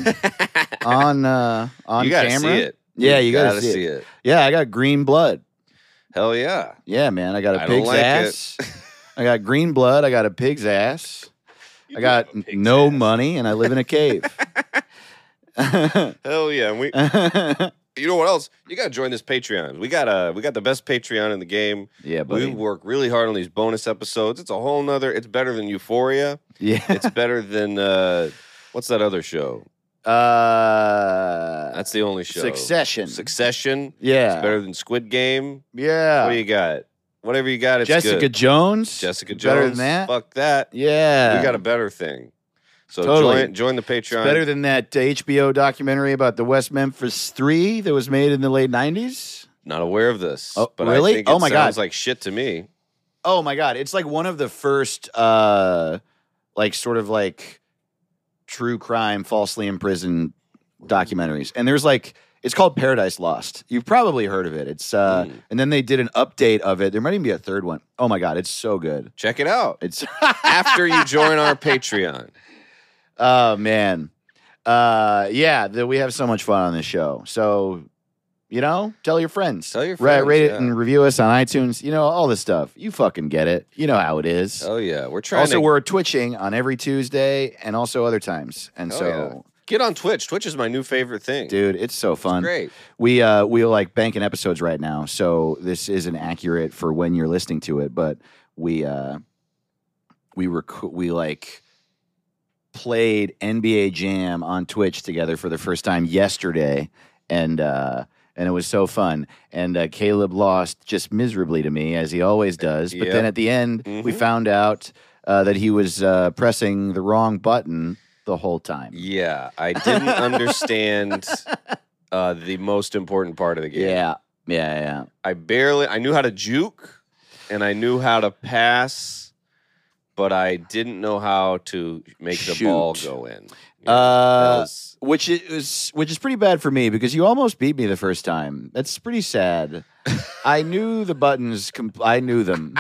on uh, on
you got to
camera.
see it.
Yeah, you gotta see it. Yeah, I got green blood.
Hell yeah.
Yeah, man, I got a
I don't
pig's
like it.
ass. I got green blood. I got a pig's ass. I got
[laughs] You do have a pig's
no
ass.
money, and I live in a
[laughs]
cave. [laughs]
Hell yeah. And we, you know what else? You got to join this Patreon. We got uh, we got the best Patreon in the game.
yeah,
We
buddy.
work really hard on these bonus episodes. It's a whole nother. It's better than Euphoria.
yeah.
It's better than uh, what's that other show?
Uh,
That's the only show.
Succession.
Succession.
Yeah.
It's better than Squid Game. What do
yeah.
you got? Whatever you got, it's
Jessica
good.
Jones.
Jessica Jones.
Better than that.
Fuck that.
yeah.
we got a better thing. So
Totally.
join join the Patreon.
Better than that uh, HBO documentary about the West Memphis Three that was made in the late '90s.
Not aware of this.
Oh,
but
really?
I think it
Oh my God.
sounds like shit to me.
Oh my God! It's like one of the first, uh, like sort of like true crime, falsely imprisoned documentaries. And there's like it's called Paradise Lost. You've probably heard of it. It's uh,
Mm.
and then they did an update of it. There might even be a third one. Oh my God! It's so good.
Check it out.
It's [laughs]
After you join our Patreon.
oh man, uh, yeah. The, we have so much fun on this show. So you know, tell your friends.
Tell your
Ra-
friends.
rate it
yeah.
and review us on iTunes. You know all this stuff. You fucking get it. You know how it is.
Oh yeah. We're trying
also,
to
we're twitching on every Tuesday and also other times. And
Oh,
so,
Get on Twitch. Twitch is my new favorite thing.
dude, it's so fun.
Great.
We uh we like banking episodes right now, so this isn't accurate for when you're listening to it. But we uh we rec- we like played NBA Jam on Twitch together for the first time yesterday, and uh and it was so fun. And uh, Caleb lost just miserably to me as he always does. But
Yep.
then at the end, we
Mhm.
found out uh, that he was uh, pressing the wrong button the whole time.
Yeah. I
[laughs]
didn't understand uh, the most important part of the game.
Yeah, yeah, yeah.
I barely I knew how to juke and I knew how to pass, but I didn't know how to make the ball
Shoot.
go in. You know, that
Uh,
was-
which is which is pretty bad for me because you almost beat me the first time. That's pretty
[laughs]
sad. I knew the buttons. Comp- I knew them,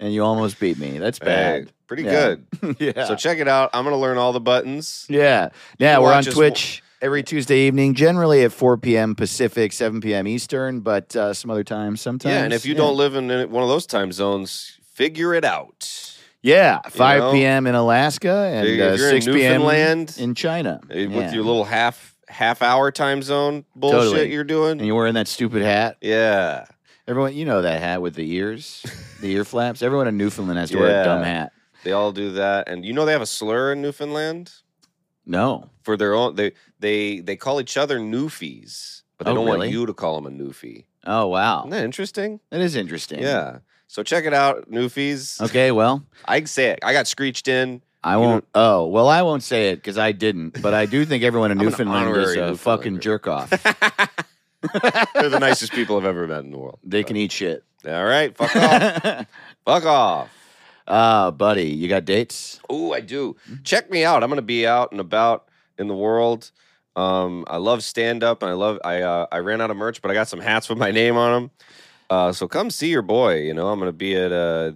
and you almost beat me. That's
hey,
bad.
pretty
Yeah.
good.
[laughs] yeah.
So check it out. I'm gonna learn all the buttons.
yeah. Yeah. We're on
watch us-
Twitch every Tuesday evening, generally at 4 p.m. Pacific, 7 p.m. Eastern, but uh, some other times. Sometimes.
Yeah, and if you don't live in any- one of those time zones, figure it out.
Yeah, 5
know?
p.m. in Alaska
If
and
you're
uh, 6
in
p.m.
Newfoundland
in China.
eh, with
Yeah.
your little half half hour time zone bullshit
Totally.
you're
and
doing.
you're wearing that stupid hat.
Yeah.
Everyone, you know that hat with the ears, the ear flaps. Everyone in Newfoundland has to wear a
Yeah.
dumb hat.
They all do that. And you know they have a slur in Newfoundland?
No,
for their own they they they call each other newfies but they
Oh,
don't
really?
want you to call them a newfie
Oh wow,
isn't that interesting
that is interesting.
yeah so check it out newfies
Okay. Well,
i can say it i got screeched in
I
You
won't. Oh well, I won't say it because I didn't. But I do think everyone in
[laughs] I'm an
Newfoundland is a
honorary
fucking
Newfoundlander.
jerk off.
they're the nicest people i've ever met in the world
they can eat shit.
all right [laughs] fuck
[laughs]
off fuck off
Ah, buddy, you got dates?
oh i do check me out i'm gonna be out and about in the world um, I love stand up and I love I uh, I ran out of merch, but I got some hats with my name on them. Uh, so come see your boy. You know I'm gonna be at uh,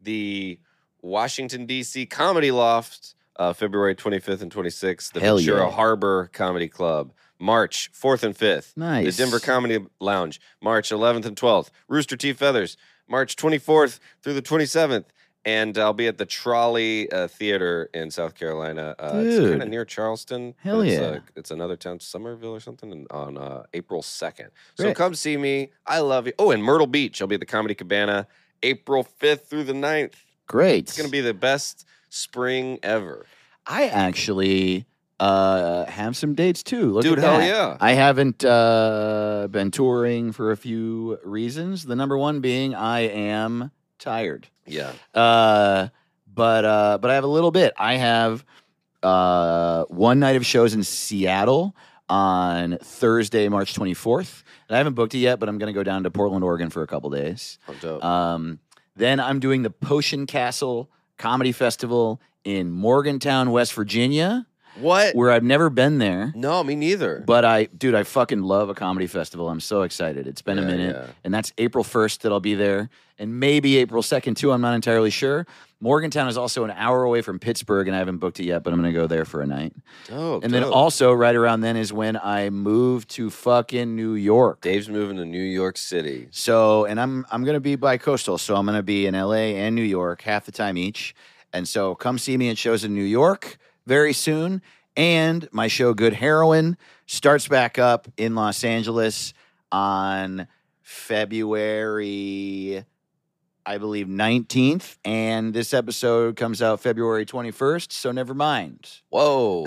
the Washington D.C. Comedy Loft uh, February 25th and 26th, the
Hell
Ventura
yeah.
Harbor Comedy Club. March 4th and 5th.
Nice.
The Denver Comedy Lounge, March 11th and 12th. Rooster Teeth Feathers, March 24th through the 27th. And I'll be at the Trolley uh, Theater in South Carolina. Uh, It's kind
Dude.
of near Charleston. but
Hell
it's,
yeah.
uh, it's another town, Somerville or something, and on uh, April 2nd. So
Great.
come see me. I love you. Oh, and Myrtle Beach. I'll be at the Comedy Cabana April 5th through the 9th.
Great.
It's going to be the best spring ever.
I actually uh, have some dates too. Look
Dude,
at
hell
that.
yeah.
I haven't uh, been touring for a few reasons. The number one being I am tired.
Yeah.
Uh, but uh, but I have a little bit. I have uh, one night of shows in Seattle on Thursday, March 24th. And I haven't booked it yet, but I'm going to go down to Portland, Oregon for a couple days.
Oh, dope.
Um, then I'm doing the Potion Castle Comedy Festival in Morgantown, West Virginia,
what?
where I've never been there.
No, me neither.
But I, dude, I fucking love a comedy festival. I'm so excited. It's been a
Yeah,
minute.
yeah.
And that's April 1st that I'll be there. And maybe April 2nd, too. I'm not entirely sure. Morgantown is also an hour away from Pittsburgh, and I haven't booked it yet, but I'm going to go there for a night.
Dope,
and then
dope.
also, right around then is when I move to fucking New York.
Dave's moving to New York City.
So, and I'm I'm gonna be bi-coastal. So I'm gonna be in LA and New York half the time each. And so come see me in shows in New York very soon. And my show Good Heroin starts back up in Los Angeles on February, I believe, 19th. And this episode comes out February 21st. So never mind. [laughs]
Whoa.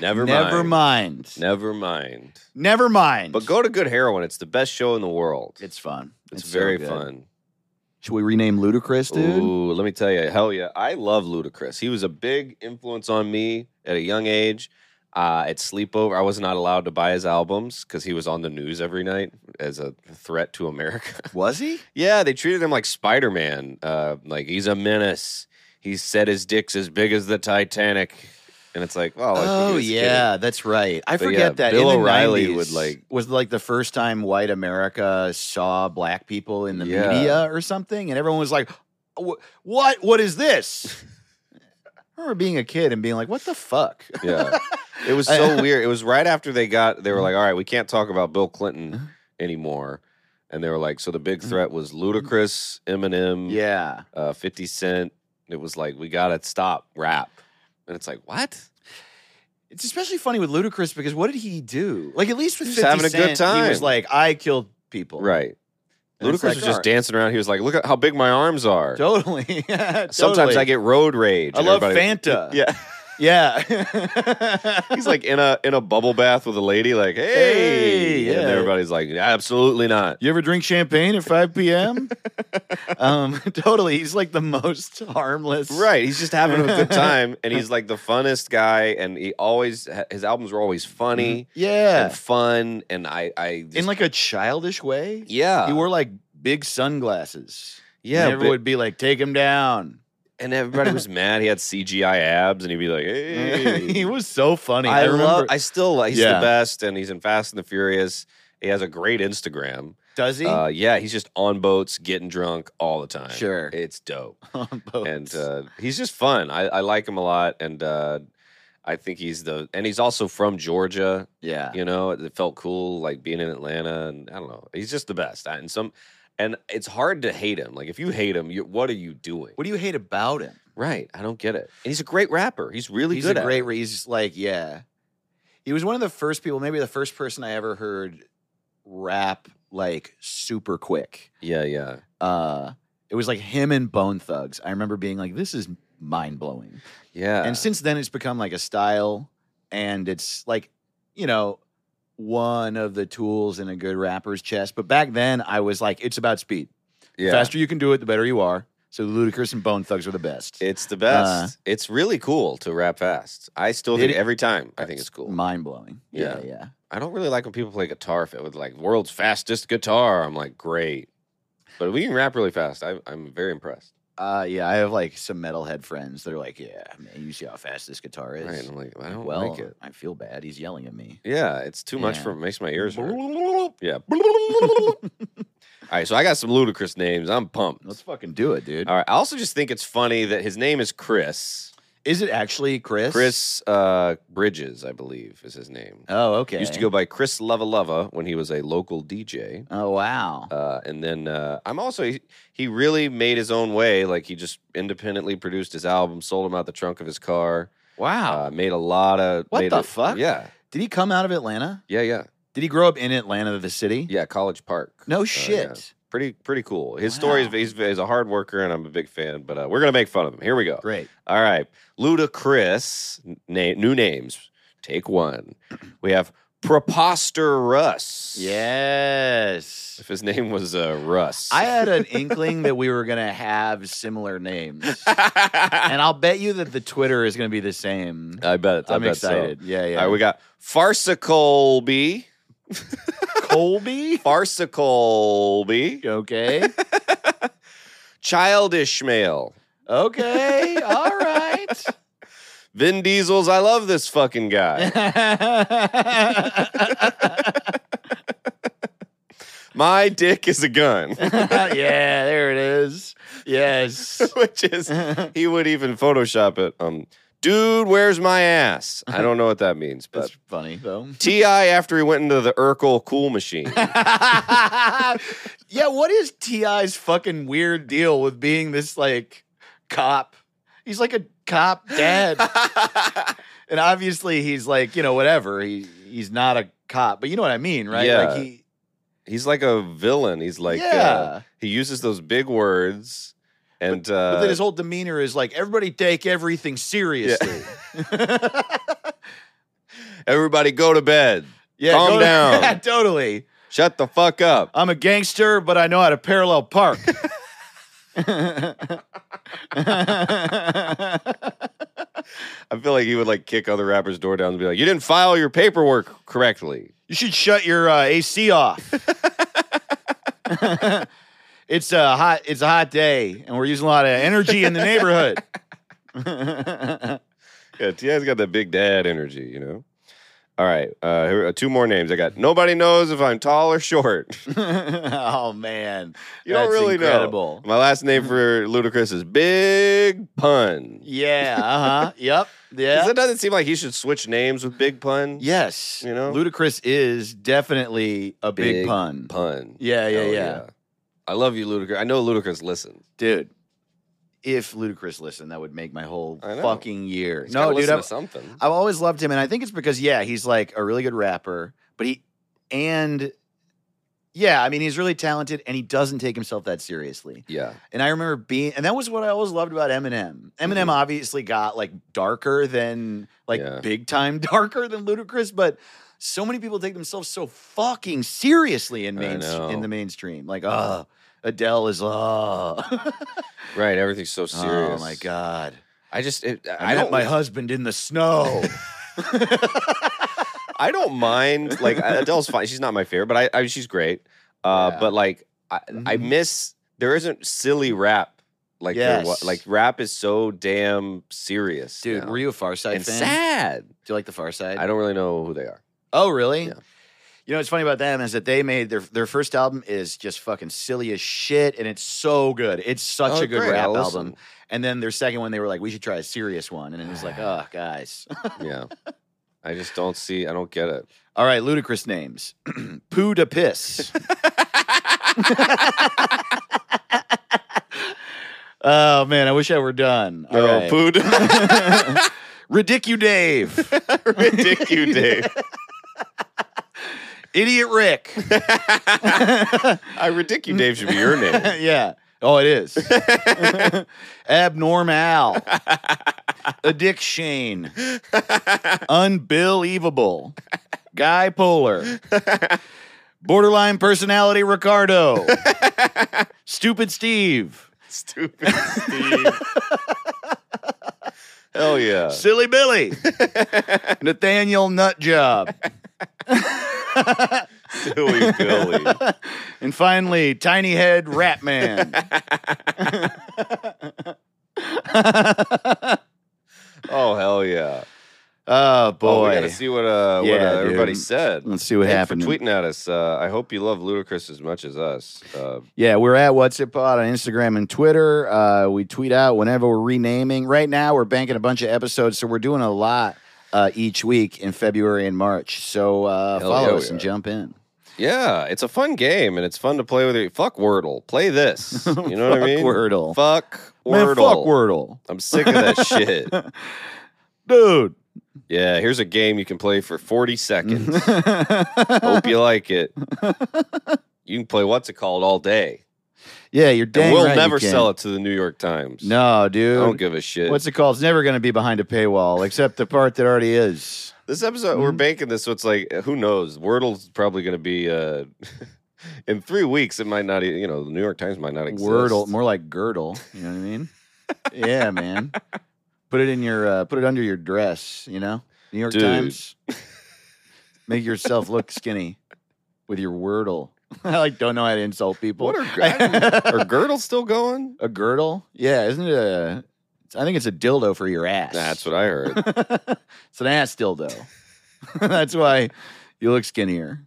never mind.
Never mind.
Never mind.
Never mind.
But go to Good Heroin. It's the best show in the world.
It's fun.
it's,
so
very
good.
fun.
Should we rename Ludacris, dude?
Ooh, let me tell you, hell yeah, I love Ludacris. He was a big influence on me at a young age. Uh, at sleepover, I was not allowed to buy his albums because he was on the news every night as a threat to America. [laughs]
Was he?
yeah, they treated him like Spider Man. Uh, like he's a menace. He said his dick's as big as the Titanic, and it's like, oh, I think he
Oh
was kidding.
yeah, that's right. I
But
forget
yeah,
that.
Bill
in the
O'Reilly
90s
would, like-
was like the first time white America saw black people in the
Yeah.
media or something, and everyone was like, "Wh- "What? What is
[laughs]
this?" I remember being a kid and being like, "What the fuck?"
Yeah. [laughs] It was [laughs] so weird. It was right after they got they were like, all right, we can't talk about Bill Clinton anymore. And they were like, so the big threat was Ludacris, Eminem,
yeah,
uh, 50 Cent. It was like, we gotta stop rap. And it's like, what?
it's especially funny with Ludacris because what did he do? Like at least with
He was
50
having a good
Cent, he was
time.
like, "I killed people."
Right.
And it's
Ludacris
like,
was just
all right.
dancing around. He was like, look at how big my arms are.
Totally. yeah, [laughs]
Sometimes
totally.
I get road rage.
I
and
love
everybody-
Fanta.
[laughs] Yeah. [laughs]
[laughs] Yeah.
He's like in a in a bubble bath with a lady, like, [laughs] hey.
Hey,
And
yeah.
everybody's like, absolutely not.
You ever drink champagne at 5 p.m.? um, [laughs] totally. He's like the most harmless.
Right. He's just having
[laughs]
a good time. And he's like the funnest guy. And he always, his albums were always funny
Mm-hmm. Yeah.
and fun. And I, I, just-
In like a childish way.
yeah.
He wore like big sunglasses.
yeah.
And
but- And,
everyone would be like, take him down.
everybody was mad. He had CGI abs and he'd
[laughs]
be like, hey.
he was so funny.
I,
I, remember.
love, I still, like- he's
Yeah.
the best. And he's in Fast and the Furious. He has a great Instagram.
Does he?
Uh, yeah. He's just on boats, getting drunk all the time.
Sure.
It's dope.
[laughs] On boats.
and uh, he's just fun. I, I like him a lot, and uh, I think he's the and he's also from Georgia.
yeah.
You know, it felt cool like being in Atlanta, and I don't know. He's just the best. I- And some, and it's hard to hate him. Like if you hate him, you, what are you doing?
What do you hate about him?
Right? I don't get it. And he's a great rapper. He's really
he's
good.
a
at
great.
it.
re- He's like, yeah. He was one of the first people, maybe the first person I ever heard rap like super quick.
Yeah, yeah.
uh it was like him and Bone Thugs. I remember being like, this is mind blowing.
Yeah.
and since then, it's become like a style, and it's like, you know, one of the tools in a good rapper's chest. But back then, I was like, it's about speed.
yeah.
The faster you can do it, the better you are. So Ludacris and Bone Thugs were the best.
It's the best. it's really cool to rap fast. I still
Did Mm.
think
it-
every time I think it's cool.
Mind blowing. Yeah,
Yeah.
yeah.
I don't really like when people play guitar fit with like world's fastest guitar. I'm like, great. But we can rap really fast. I, I'm very impressed.
Uh, yeah, I have like some metalhead friends. They're like, "Yeah, man, you see how fast this guitar is."
Right? I'm like, I don't
well,
like it.
I feel bad. He's yelling at me. [laughs]
Yeah, it's too much
Yeah.
for makes my
[laughs]
ears hurt. Yeah. All right, so I got some ludicrous names. I'm pumped.
Let's fucking do it, dude.
All right. I also just think it's funny that his name is Chris.
Is it actually Chris?
Chris uh, Bridges, I believe, is his name.
Oh, okay.
Used to go by Chris Lava Lava when he was a local DJ.
Oh wow.
Uh, and then uh, I'm also he, he really made his own way. Like he just independently produced his album, sold him out the trunk of his car.
wow.
Uh, made a lot of
What
made
the
a-
fuck?
Yeah,
Did he come out of Atlanta?
yeah, yeah,
Did he grow up in Atlanta, the city?
yeah. College Park.
No
Uh,
shit.
yeah. Pretty pretty cool. His story
Wow.
is he's, he's a hard worker, and I'm a big fan. But uh, we're gonna make fun of him. Here we go.
Great.
All right, Ludacris. Na- new names. Take one. We have Preposterous.
Yes.
If his name was uh, Russ,
I had an inkling that we were gonna have similar names, and I'll bet you that the Twitter is gonna be the same.
[laughs] I bet. Uh, I
I'm
bet so.
excited. Yeah, yeah.
All right, we got Farsicolby. [laughs]
Colby?
Farsicolby.
Okay.
Childish male.
Okay. All
[laughs]
right. [laughs]
Vin Diesel's I love this
[laughs]
fucking guy. My dick is a gun. [laughs]
yeah, there it is. Yes. [laughs]
Which is he would even Photoshop it. Um, dude, where's my ass?
[laughs]
I don't know what that means, but
That's funny
[laughs]
though. [laughs]
T.I. after he went into the Urkel cool machine.
yeah, what is T.I.'s fucking weird deal with being this like cop? He's like a cop dad. and obviously he's like, you know, whatever. He he's not a cop, but you know what I mean, right? Like
Yeah.
he
[laughs] He's like a villain. He's like uh,
yeah.
he uses those big words and uh,
but then his whole demeanor is like everybody take everything
[laughs]
seriously. Yeah,
everybody go to bed. Calm
go to- [laughs]
down.
Yeah, totally.
Shut the fuck up.
I'm a gangster, but I know how to parallel
[laughs]
park. [laughs]
I feel like he would like kick other rappers' door down and be like, "You didn't file your paperwork correctly."
you should shut your uh, AC
[laughs]
off. it's a hot it's a hot day and we're using a lot of energy in the
[laughs]
neighborhood.
Yeah, Ti's got that big dad energy, you know. All right, uh, here are two more names. I got. Nobody knows if I'm tall or short.
oh man.
You don't
That's
really
incredible.
know. My last name for Ludacris is Big Pun.
Yeah, uh-huh. yep. Yeah.
Does it doesn't seem like he should switch names with Big Pun?
yes.
You know?
Ludacris is definitely a big, pun.
Pun.
Yeah, yeah,
Hell
yeah,
I love you, Ludacris. I know Ludacris listens.
Dude. If Ludacris listened, that would make my whole
I know.
fucking year.
He's
no,
gotta
dude,
listen
I've,
to something.
I've always loved him, and I think it's because yeah, he's like a really good rapper, but he and yeah, I mean he's really talented, and he doesn't take himself that seriously.
yeah,
And I remember being, and that was what I always loved about Eminem. Eminem
Mhm.
obviously got like darker than like
Yeah.
big time [laughs] darker than Ludacris, but so many people take themselves so fucking seriously in
I
main in
know.
the mainstream. Like, oh, Adele is [laughs] oh,
right. Everything's so serious.
oh my god,
I just it, I,
I, met
don't
my husband in the
[laughs]
snow. [laughs]
I don't
[laughs]
mind. Like Adele's fine. She's not my favorite, but I, I she's great. Uh,
Yeah.
But like I, I
Mhm.
miss there isn't silly rap. Like there wa-
Yes.
like rap is so damn serious,
Dude,
now.
were you a Far Side
and
fan?
sad.
Do you like the Far Side?
I don't really know who they are.
oh, really?
Yeah.
You know what's funny about them is that they made their their first album is just fucking silly as shit, and it's so good. It's such
Oh,
a good
great,
rap
I'll
album. And then their second one, they were like, "We should try a serious one," and it was like, "Oh, guys." [laughs]
listen. [laughs] yeah, I just don't see. I don't get it.
All right, ludicrous names: [clears throat] Poo to Piss. [laughs] oh man, I wish I were done. All
No,
[laughs] right.
[laughs] food.
Ridicu
[laughs]
Dave,
Ridic [laughs] you, Dave.
Idiot Rick.
I ridic you, Dave should be your name.
[laughs] yeah. Oh, it is.
[laughs]
Abnormal. Addiction. Unbelievable. Guy Polar. Borderline personality
[laughs]
Ricardo. Stupid Steve.
[laughs] Stupid Steve. Hell yeah.
Silly
[laughs]
Billy. Nathaniel Nutjob.
Silly Billy.
And finally, Tiny Head Rat
[laughs]
Man. [laughs]
Oh, hell yeah.
Oh boy.
Oh, we gotta Let's see what uh, what,
Yeah,
uh, everybody
dude.
said.
Let's see what
Thanks
happened.
for tweeting at us. Uh, I hope you love Ludacris as much as us. Uh,
Yeah, we're at What's It Pod on Instagram and Twitter. Uh, we tweet out whenever we're renaming. Right now, we're banking a bunch of episodes, so we're doing a lot uh, each week in February and March. So uh,
Hell
follow
yeah,
us
we
and
are.
jump in.
yeah, it's a fun game and it's fun to play with. Your, fuck Wordle.
[laughs]
Play this. You know what I
Fuck
mean?
Wordle.
Fuck
Man,
Wordle.
fuck Wordle,
I'm sick of that shit.
[laughs] dude.
Yeah, here's a game you can play for 40
[laughs]
[laughs] seconds. Hope you like it. You can play what's it called all day.
yeah, you're
And
dang
we'll
right you
never
can.
sell it to the New York Times.
No, dude.
I don't give a shit.
What's it called? It's never going to be behind a paywall, except the part that already is.
This episode,
Mm-hmm.
we're banking this, so it's like, who knows? Wordle's probably going to be uh, [laughs] in three weeks. It might not, e- you know, the New York Times might not exist.
Wordle, more like girdle. You know what I mean?
[laughs]
yeah, man. Put it in your, uh, put it under your dress. You know, New York
Dude.
Times. Make yourself look skinny with your wordle. [laughs] I like don't know how to insult people.
What are-
[laughs]
I- are girdles still going?
a girdle? Yeah, isn't it a? I think it's a dildo for your ass. [laughs]
That's what I heard.
it's an ass dildo. [laughs] That's why you look skinnier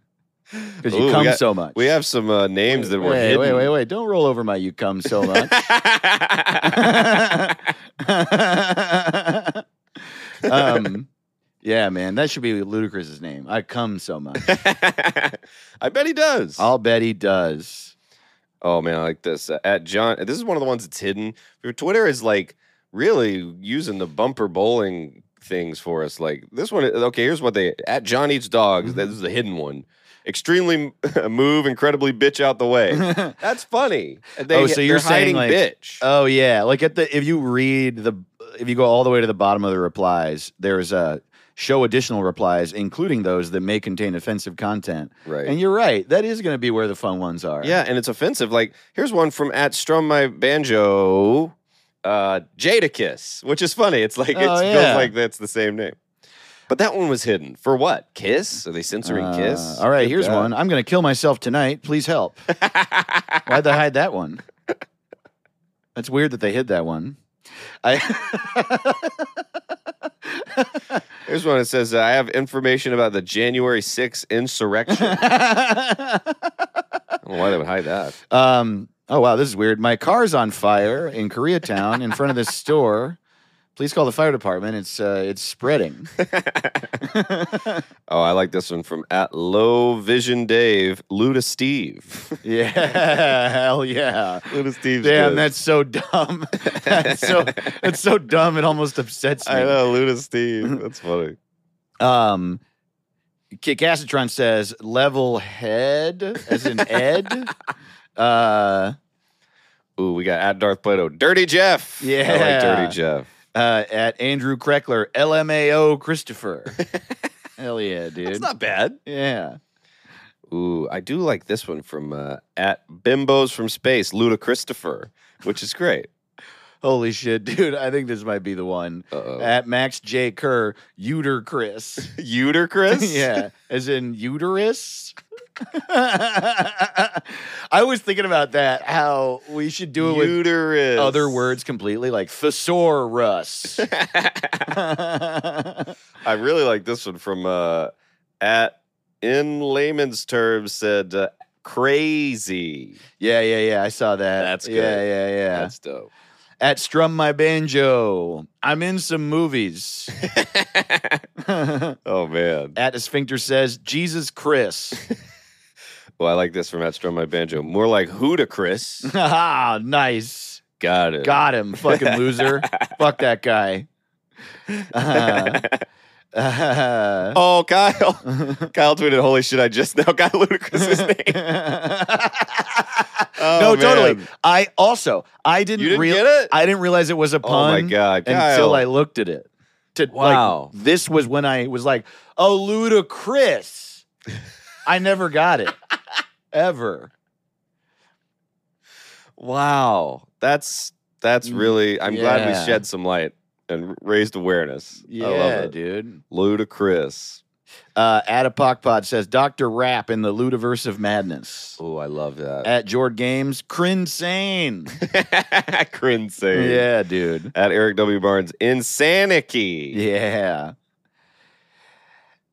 because you
Ooh, we
come
got-
so much.
We have some uh, names that were
wait,
hidden.
wait, wait, wait! Don't roll over my you come so much. [laughs] um, yeah, man, that should be Ludacris's name. I come so
[laughs]
much.
[laughs] I bet he does.
I'll bet he does. [laughs]
Oh man, I like this. Uh, at John, this is one of the ones that's hidden. Your Twitter is like really using the bumper bowling things for us. Like this one. uh, Okay, here's what they at John eats dogs.
Mm-hmm.
This is the hidden one. Extremely [laughs] move, incredibly bitch out the way.
[laughs]
That's funny. They,
Oh, so you're
they're
saying,
hiding
like-
bitch?
Oh yeah, like at the if you read the if you go all the way to the bottom of the replies, there's a show additional replies, including those that may contain offensive content.
right.
And you're right, that is going to be where the fun ones are.
yeah, and it's offensive. Like here's one from at strum my banjo. Uh, Jadakiss, which is funny. It's like it
Oh, yeah.
feels like that's the same name, but that one was hidden for what? Kiss? Are they censoring
Uh,
Kiss?
All right,
Good
here's
God.
one. I'm going to kill myself tonight. Please help. Why'd they hide that one? That's weird that they hid that one. I
[laughs]
[laughs]
Here's one that says, I have information about the January 6th insurrection. I don't know why they would hide that.
um, oh wow, this is weird. My car's on fire in Koreatown in front of this store. Please call the fire department. It's uh, it's spreading.
Oh, I like this one from at Low Vision Dave, Luda Steve. [laughs]
Yeah, [laughs] hell yeah.
Luda Steve's
Damn,
good.
that's so dumb. that's so that's so dumb. It almost upsets me.
I know,
[laughs]
Luda Steve. That's funny.
Um, Kick Acetron says level head as in
[laughs]
Ed. uh,
Ooh, we got at Darth Plato, Dirty Jeff. I
Yeah.
like Dirty Jeff.
uh, at Andrew Kreckler, LMAO
[laughs]
Christopher. Hell yeah, dude.
It's not bad.
yeah.
Ooh, I do like this one from uh, at Bimbos from Space, Luda Christopher, which is great.
Holy shit, dude. I think this might be the one.
[laughs] Uh-oh.
At Max J. Kerr, Uter
[laughs]
Chris.
Uter Chris?
[laughs]
[laughs]
yeah, as in uterus. [laughs] I was thinking about that, how we should do it with
Uterus.
other words completely, like
[laughs]
thesaurus. [laughs] Hell
I really like this one from uh, at in layman's terms said uh, crazy.
Yeah, yeah, yeah. I saw that.
That's good.
Yeah, yeah, yeah.
That's dope.
At Strum My Banjo. I'm in some
[laughs]
movies. [laughs] At
Oh man.
a Sphincter says, Jesus Chris. [laughs]
Well, I like this from at strum my banjo. More like who to [laughs] Chris.
ah, nice.
Got it. [laughs]
Got him, fucking loser. Fuck that guy. [laughs] Uh, uh,
[laughs] Oh, Kyle. Kyle tweeted, "Holy shit! I just now got [laughs] Ludacris's name." Oh,
[laughs] no, totally.
man.
I also I didn't,
You didn't
rea-
get it?
I didn't realize it was a pun.
oh my god, Kyle.
until I looked at it. To, like,
Wow.
this was when I was like, oh, [laughs] ludicrous. I never got it. Ever.
wow, that's that's
Mm,
really. I'm glad
yeah.
we shed some light and raised awareness. I love it.
dude.
Ludacris.
Uh, at a Pod says, Dr. Rap in the Ludiverse of Madness.
Oh, I love that. [laughs]
At Jord Games, Crinsane. [laughs]
Crinsane.
yeah, dude.
At Eric W. Barnes, Insanity.
Yeah.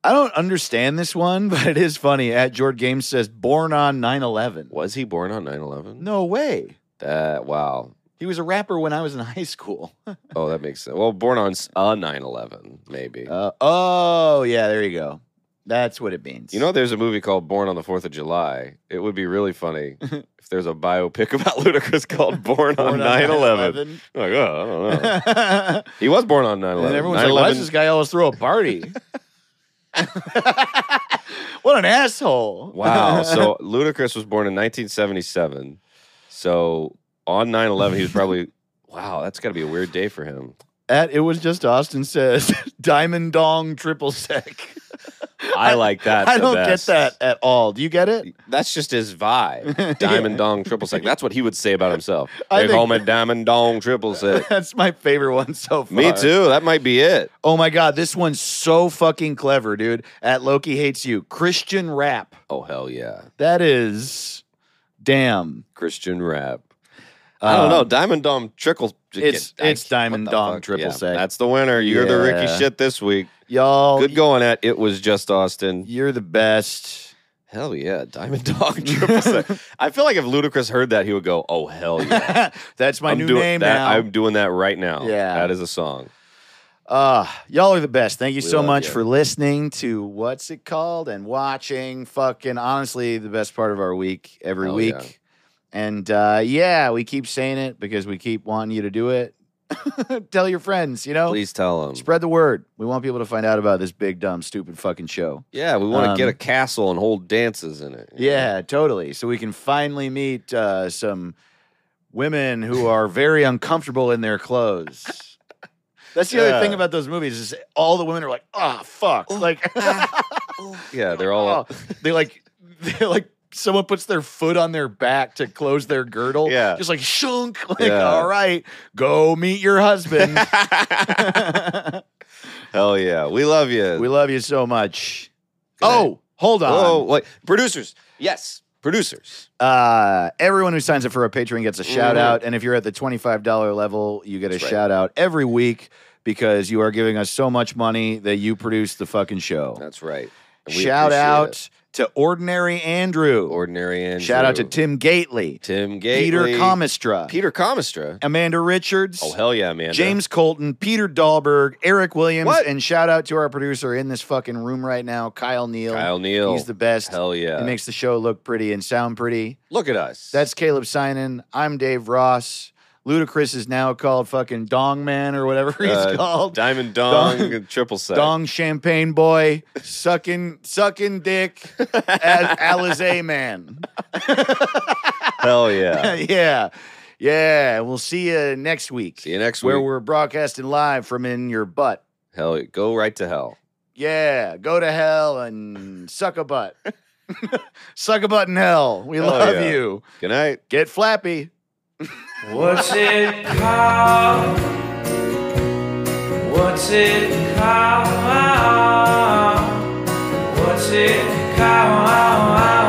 I don't understand this one, [laughs] but it is funny. At Jord Games says, born on 9 11.
Was he born on 9/11?
No way.
That wow.
He was a rapper when I was in [laughs] high school.
Oh, that makes sense. Well, born on s- a 9/11, maybe.
Uh, oh, yeah, there you go. That's what it means.
you [laughs] know, there's a movie called Born on the Fourth of July. It would be
[laughs]
really funny if there's a biopic about Ludacris called Born, on 9/11. Like, oh, I don't
[laughs]
know.
and
He was born on 9/11.
everyone's like, why does this guy always throw a
[laughs]
party? [laughs] what an asshole. [laughs]
Wow. So Ludacris was born in 1977. So on 9/11, he was probably wow. That's got to be a weird day for him.
At It Was Just Austin says, [laughs] Diamond Dong Triple Sec.
I like that.
I
the
don't
best.
get that at all. Do you get it?
That's just
[laughs]
his vibe. Diamond dong triple sec. That's what he would say about himself.
I
They
think-
call me diamond dong triple sec.
[laughs] That's my favorite one so far.
Me too. That might be it.
Oh my God, this one's so fucking clever, dude. At Loki Hates You, Christian rap.
Oh hell yeah,
That is damn.
Christian rap. I don't know.
Um,
Diamond dong trickle.
it's-
I-
it's Diamond
what the
Dong
fuck?
triple
Yeah,
sec.
That's the winner. You're the Ricky
Yeah. Oh,
shit this week.
Y'all,
Good going at it was just Austin.
you're the best. [laughs]
Hell yeah, Diamond Dog Triple Sec. I feel like if Ludacris heard that, he would go, "Oh hell yeah,
That's [laughs] my
I'm
new
doing
name
that.
now.
I'm doing that right now.
Yeah.
that is a song.
Uh, y'all are the best. Thank you
We
so
love
much
you.
for listening to what's it called and watching. Fucking honestly, the best part of our week every
Hell
week.
yeah.
And uh, yeah, we keep saying it because we keep wanting you to do it. [laughs] Tell your friends, you know,
Please tell him.
spread the word. We want people to find out about this big, dumb, stupid fucking show.
Yeah, we want to
Um,
get a castle and hold dances in it.
Yeah, totally. So we can finally meet uh, some women who are very uncomfortable in their clothes. That's the other
Yeah.
thing about those movies is all the women are like, "Ah, fuck!" Like,
yeah, they're all.
[laughs] they like, they like. Someone puts their foot on their back to close their girdle.
Yeah.
Just like shunk. [laughs] Like,
Yeah.
all right, go meet your
[laughs]
husband. [laughs]
hell yeah, we love you.
Oh. we love you so much.
Good night.
Oh, hold on.
Whoa, wait, producers. Yes, producers.
Uh, everyone who signs up for a Patreon gets a shout
Mhm.
out. And if you're at the $25 level, you get a
That's right.
shout out every week because you are giving us so much money that you produce the fucking show.
That's right. And Uh, we
Shout
appreciate
out
it.
to Ordinary Andrew.
ordinary Andrew.
Shout out to Tim Gately,
Tim
Peter
Gately,
Comistra,
Peter Comistra.
Amanda Richards.
Oh hell yeah, man.
James Colton, Peter Dahlberg, Eric Williams,
What?
and shout out to our producer in this fucking room right now, Kyle Neal.
Kyle Neal.
He's the best.
Hell yeah.
He makes the show look pretty and sound pretty.
Look at us.
That's Caleb Sinan. I'm Dave Ross. Ludacris is now called fucking Dong Man or whatever he's
Uh,
called.
Diamond Dong,
Dong-
and Triple Sec.
Dong Champagne Boy, sucking sucking dick,
[laughs]
as Alizé Man. [laughs]
Hell yeah.
yeah, yeah. We'll see you next week.
See you next
where
week.
we're broadcasting live from in your butt.
Hell, go right to hell.
Yeah, go to hell and suck a
[laughs]
butt. [laughs] suck a butt in hell. We
Hell
love
yeah.
you.
Good night.
Get flappy.
What's it called? What's it called? What's it called?